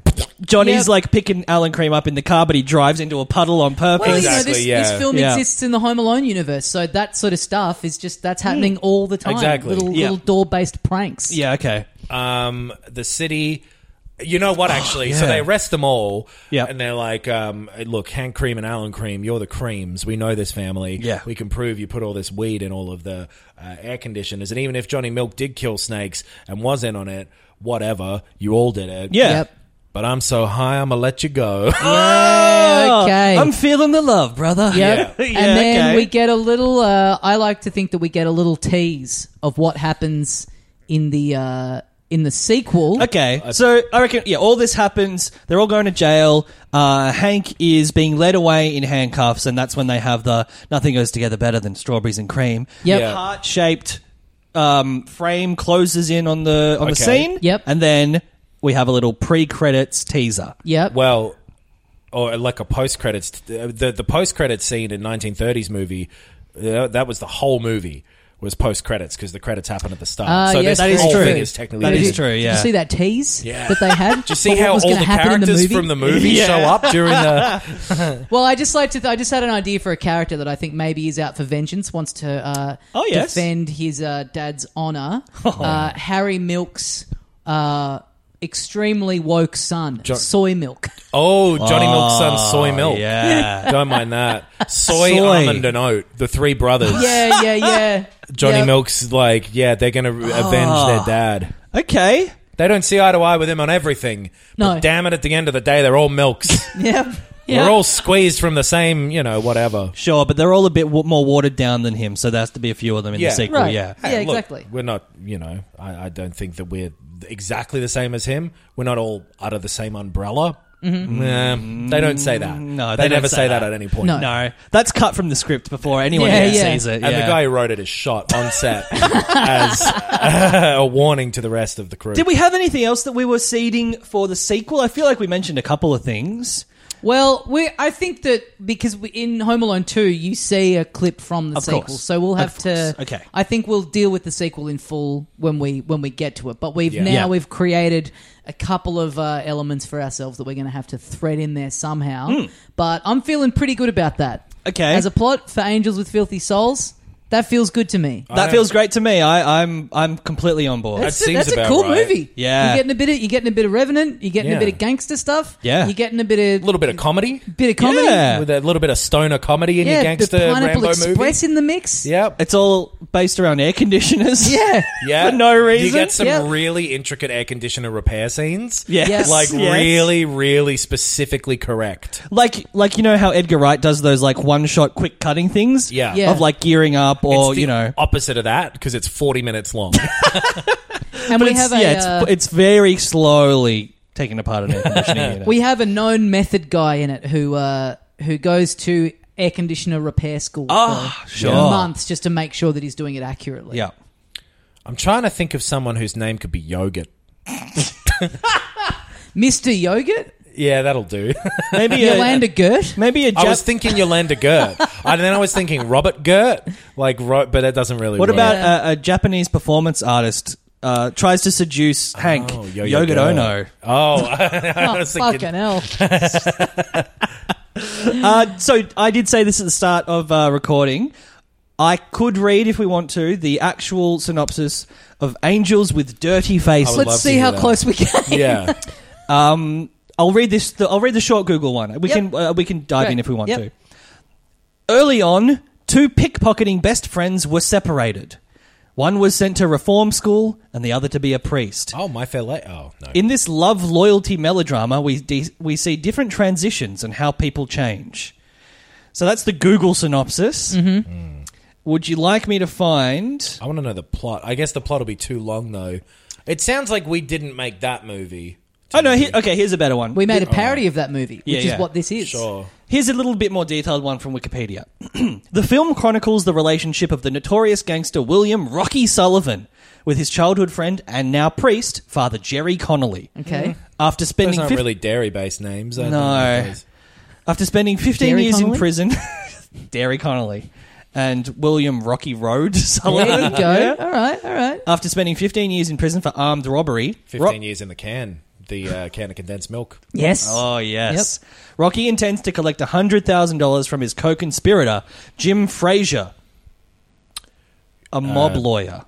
Johnny's
Yep.
like picking Alan Cream up in the car, but he drives into a puddle on purpose.
Well, you know,
Exactly,
this,
yeah.
this film
Yeah.
exists in the Home Alone universe, so that sort of stuff is just that's happening all the time.
Exactly.
little,
Hmm. Yeah.
little door-based pranks.
Yeah, okay.
um, the city. You know what? Actually, so
Oh, yeah.
they arrest them all.
Yeah.
and they're like, um, "Look, Hank Cream and Alan Cream, you're the Creams. We know this family.
Yeah.
we can prove you put all this weed in all of the uh, air conditioners. And even if Johnny Milk did kill snakes and was in on it, whatever, you all did it.
Yeah.
Yep.
But I'm so high, I'm gonna let you go.
Oh,
okay.
I'm feeling the love, brother.
Yep.
Yeah.
and then
okay.
we get a little. Uh, I like to think that we get a little tease of what happens in the uh, in the sequel.
Okay, so I reckon, yeah, all this happens. They're all going to jail. Uh, Hank is being led away in handcuffs, and that's when they have the nothing goes together better than strawberries and cream.
Yep.
Yeah.
heart shaped um, frame closes in on the on the
Okay.
scene.
Yep.
and then we have a little pre credits teaser.
Yep.
well, or like a post credits. The the post credits scene in 1930s movie. uh, That was the whole movie was post credits because the credits happen at the start.
Ah,
so
yes,
this
that is
whole
true.
thing is technically
That
Did
is
you-
true,
did
yeah.
you see that tease that they had?
Did you see
Or what
how all
was
the
gonna happen in
characters
movie?
from the movie show up during the?
Well, I just like to. I just had an idea for a character that I think maybe is out for vengeance, wants to uh,
Oh, yes.
defend his uh, dad's honor.
Oh.
Uh, Harry Milk's uh, extremely woke son, soy milk.
Oh, Johnny
Ah,
Milk's son, Soy Milk.
yeah.
don't mind that. Soy,
Soy.
almond, and oat. The three brothers.
yeah, yeah, yeah. Ah.
Johnny
Yep.
Milk's like, yeah, they're gonna re- avenge their dad.
Okay,
They don't see eye to eye with him on everything.
No.
But damn it, at the end of the day, they're all milks.
Yep.
We're all squeezed from the same, you know, whatever.
sure, but they're all a bit w- more watered down than him, so there has to be a few of them in
Yeah.
the sequel.
Right.
Yeah,
Yeah, exactly.
We're not, you know, I, I don't think that we're exactly the same as him. We're not all under the same umbrella. Nah, they don't say that.
Mm-hmm. Mm, No,
they,
they don't
never
say
say that.
that.
at any point.
No.
no, that's cut from the script before anyone
Yeah,
even
yeah.
sees it.
And
yeah.
the guy who wrote it is shot on set as a warning to the rest of the crew.
Did we have anything else that we were seeding for the sequel? I feel like we mentioned a couple of things.
Well, we I think that because we, in Home Alone 2, you see a clip from the
Of
sequel,
course.
so we'll have
Of
to.
course. Okay.
I think we'll deal with the sequel in full when we when we get to it. But we've now
Yeah.
we've created a couple of uh, elements for ourselves that we're going to have to thread in there somehow. But I'm feeling pretty good about that.
Hmm. Okay.
As a plot for Angels with Filthy Souls, that feels good to me.
That feels great to me. I, I'm I'm completely on board.
That's-
That's, a,
seems
that's a
about
cool
right.
movie.
Yeah.
You're getting a bit of you're getting a bit of Revenant. You're getting
Yeah.
a bit of gangster stuff.
Yeah.
You're getting a bit
a
of
little bit of comedy?
bit of comedy.
Yeah.
With a little bit of stoner comedy in your
Yeah,
gangster
the Pineapple
Rambo
Express in the mix.
movie? Yep.
it's all based around air conditioners.
Yeah.
Yeah.
For no
You
reason.
get some
Yeah.
really intricate air conditioner repair scenes.
Yes.
Yes.
Like
Yes.
really, really specifically correct.
Like like you know how Edgar Wright does those like one shot quick cutting things.
Yeah.
Yeah.
Of like gearing up or
It's the
you know.
opposite of that because it's 40 minutes long.
And
But
we
it's,
have a
yeah, it's,
uh,
it's very slowly taking apart an air conditioning unit.
we have a known method guy in it who uh, who goes to air conditioner repair school
Ah,
for
sure.
months just to make sure that he's doing it accurately.
yeah.
I'm trying to think of someone whose name could be Yogurt.
Mr. Yogurt?
Yeah, that'll do.
Maybe
Yolanda
a,
Gert?
maybe a
I was
Jap-
thinking Yolanda Gert. and then I was thinking Robert Gert, like, ro- but that doesn't really
What
work.
about a, a Japanese performance artist uh, tries to seduce Hank
Oh, Yo-Yo
Yogurt
Girl.
Ono?
Oh, I was thinking-
Fucking hell.
Uh, so I did say this at the start of uh, recording. I could read, if we want to, the actual synopsis of Angels with Dirty Faces.
would
Let's
love to
see
hear
how
that.
close we get.
Yeah.
I'll read this. The, I'll read the short Google one. We
Yep.
can uh, we can dive
Great.
in if we want
Yep.
to. Early on, two pickpocketing best friends were separated. One was sent to reform school, and the other to be a priest.
Oh, my fair lady. Oh no.
In this love loyalty melodrama, we de- we see different transitions and how people change. So that's the Google synopsis.
Mm-hmm.
Mm. Would you like me to find?
I want to know the plot. I guess the plot will be too long though. It sounds like we didn't make that movie. to
Oh no.
me.
He, okay, here's a better one.
We made a parody of that movie, which
Yeah,
is
yeah.
what this is.
Sure.
Here's a little bit more detailed one from Wikipedia. the film chronicles the relationship of the notorious gangster William Rocky Sullivan with his childhood friend and now priest, Father Jerry Connolly.
Okay.
After
Those
spending
aren't
50
really dairy-based names. I
No.
no.
After spending 15
Derry
years
Connolly?
in prison, Derry Connolly and William Rocky Road
There you
Sullivan.
go. All right. All right.
After spending 15 years in prison for armed robbery,
Fifteen
Ro-
years in the can. The uh, can of condensed milk.
Yes.
Oh yes, Rocky intends to collect hundred thousand dollars from his co-conspirator Jim Frazier,
Uh,
a mob lawyer.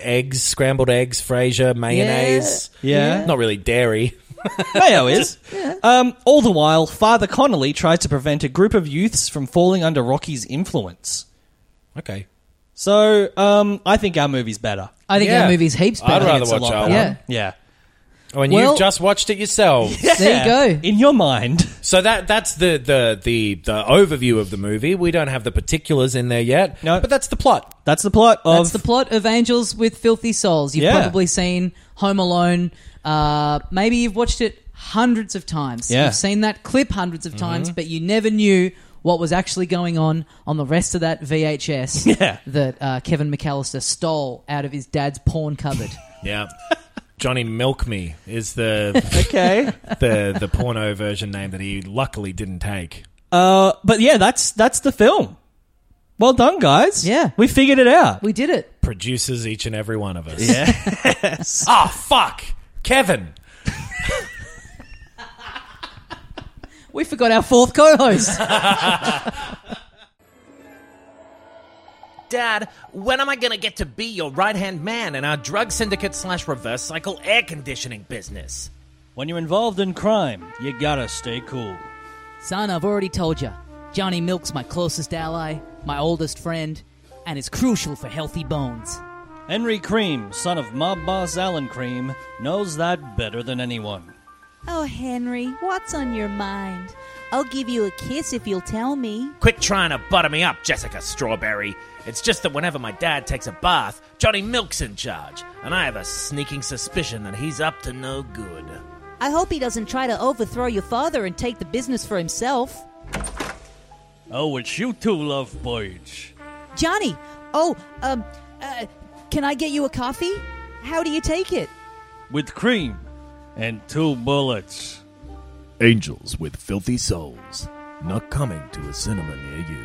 Eggs, scrambled eggs, Fraser, mayonnaise.
Yeah. Yeah.
Not really dairy.
Mayo is. Um, all the while, Father Connolly tries to prevent a group of youths from falling under Rocky's influence.
Okay.
So um, I think our movie's better.
I think
Yeah.
our movie's heaps
I'd
better.
rather
It's a
watch
lot
our
better.
one.
Yeah.
Oh, and
Well-
you've just watched it yourself.
There you go.
In your mind.
So that that's the, the the the overview of the movie. We don't have the particulars in there yet.
No.
but that's the plot.
That's the plot of
That's the plot of Angels with Filthy Souls. You've
Yeah.
probably seen Home Alone. Uh, maybe you've watched it hundreds of times.
Yeah. Mm-hmm.
You've seen that clip hundreds of times, but you never knew what was actually going on on the rest of that VHS
Yeah.
that uh, Kevin McAllister stole out of his dad's porn cupboard.
Yeah. Johnny Milk Me is the
okay.
the the porno version name that he luckily didn't take.
Uh, but yeah, that's that's the film. Well done, guys.
Yeah.
we figured it out.
we did it.
Produces each and every one of us. Yeah. Ah, fuck, Kevin.
We forgot our fourth co-host.
Dad, when am I going to get to be your right hand man in our drug syndicate slash reverse cycle air conditioning business?
When you're involved in crime, you gotta stay cool.
Son, I've already told you. Johnny Milk's my closest ally, my oldest friend, and is crucial for healthy bones.
Henry Cream, son of mob boss Alan Cream, knows that better than anyone.
Oh, Henry, what's on your mind? I'll give you a kiss if you'll tell me.
Quit trying to butter me up, Jessica Strawberry. It's just that whenever my dad takes a bath, Johnny Milk's in charge, and I have a sneaking suspicion that he's up to no good.
I hope he doesn't try to overthrow your father and take the business for himself.
Oh, it's you two love boys.
Johnny, oh, um, uh, can I get you a coffee? How do you take it?
With cream and two bullets.
Angels with filthy souls. Not coming to a cinema near you.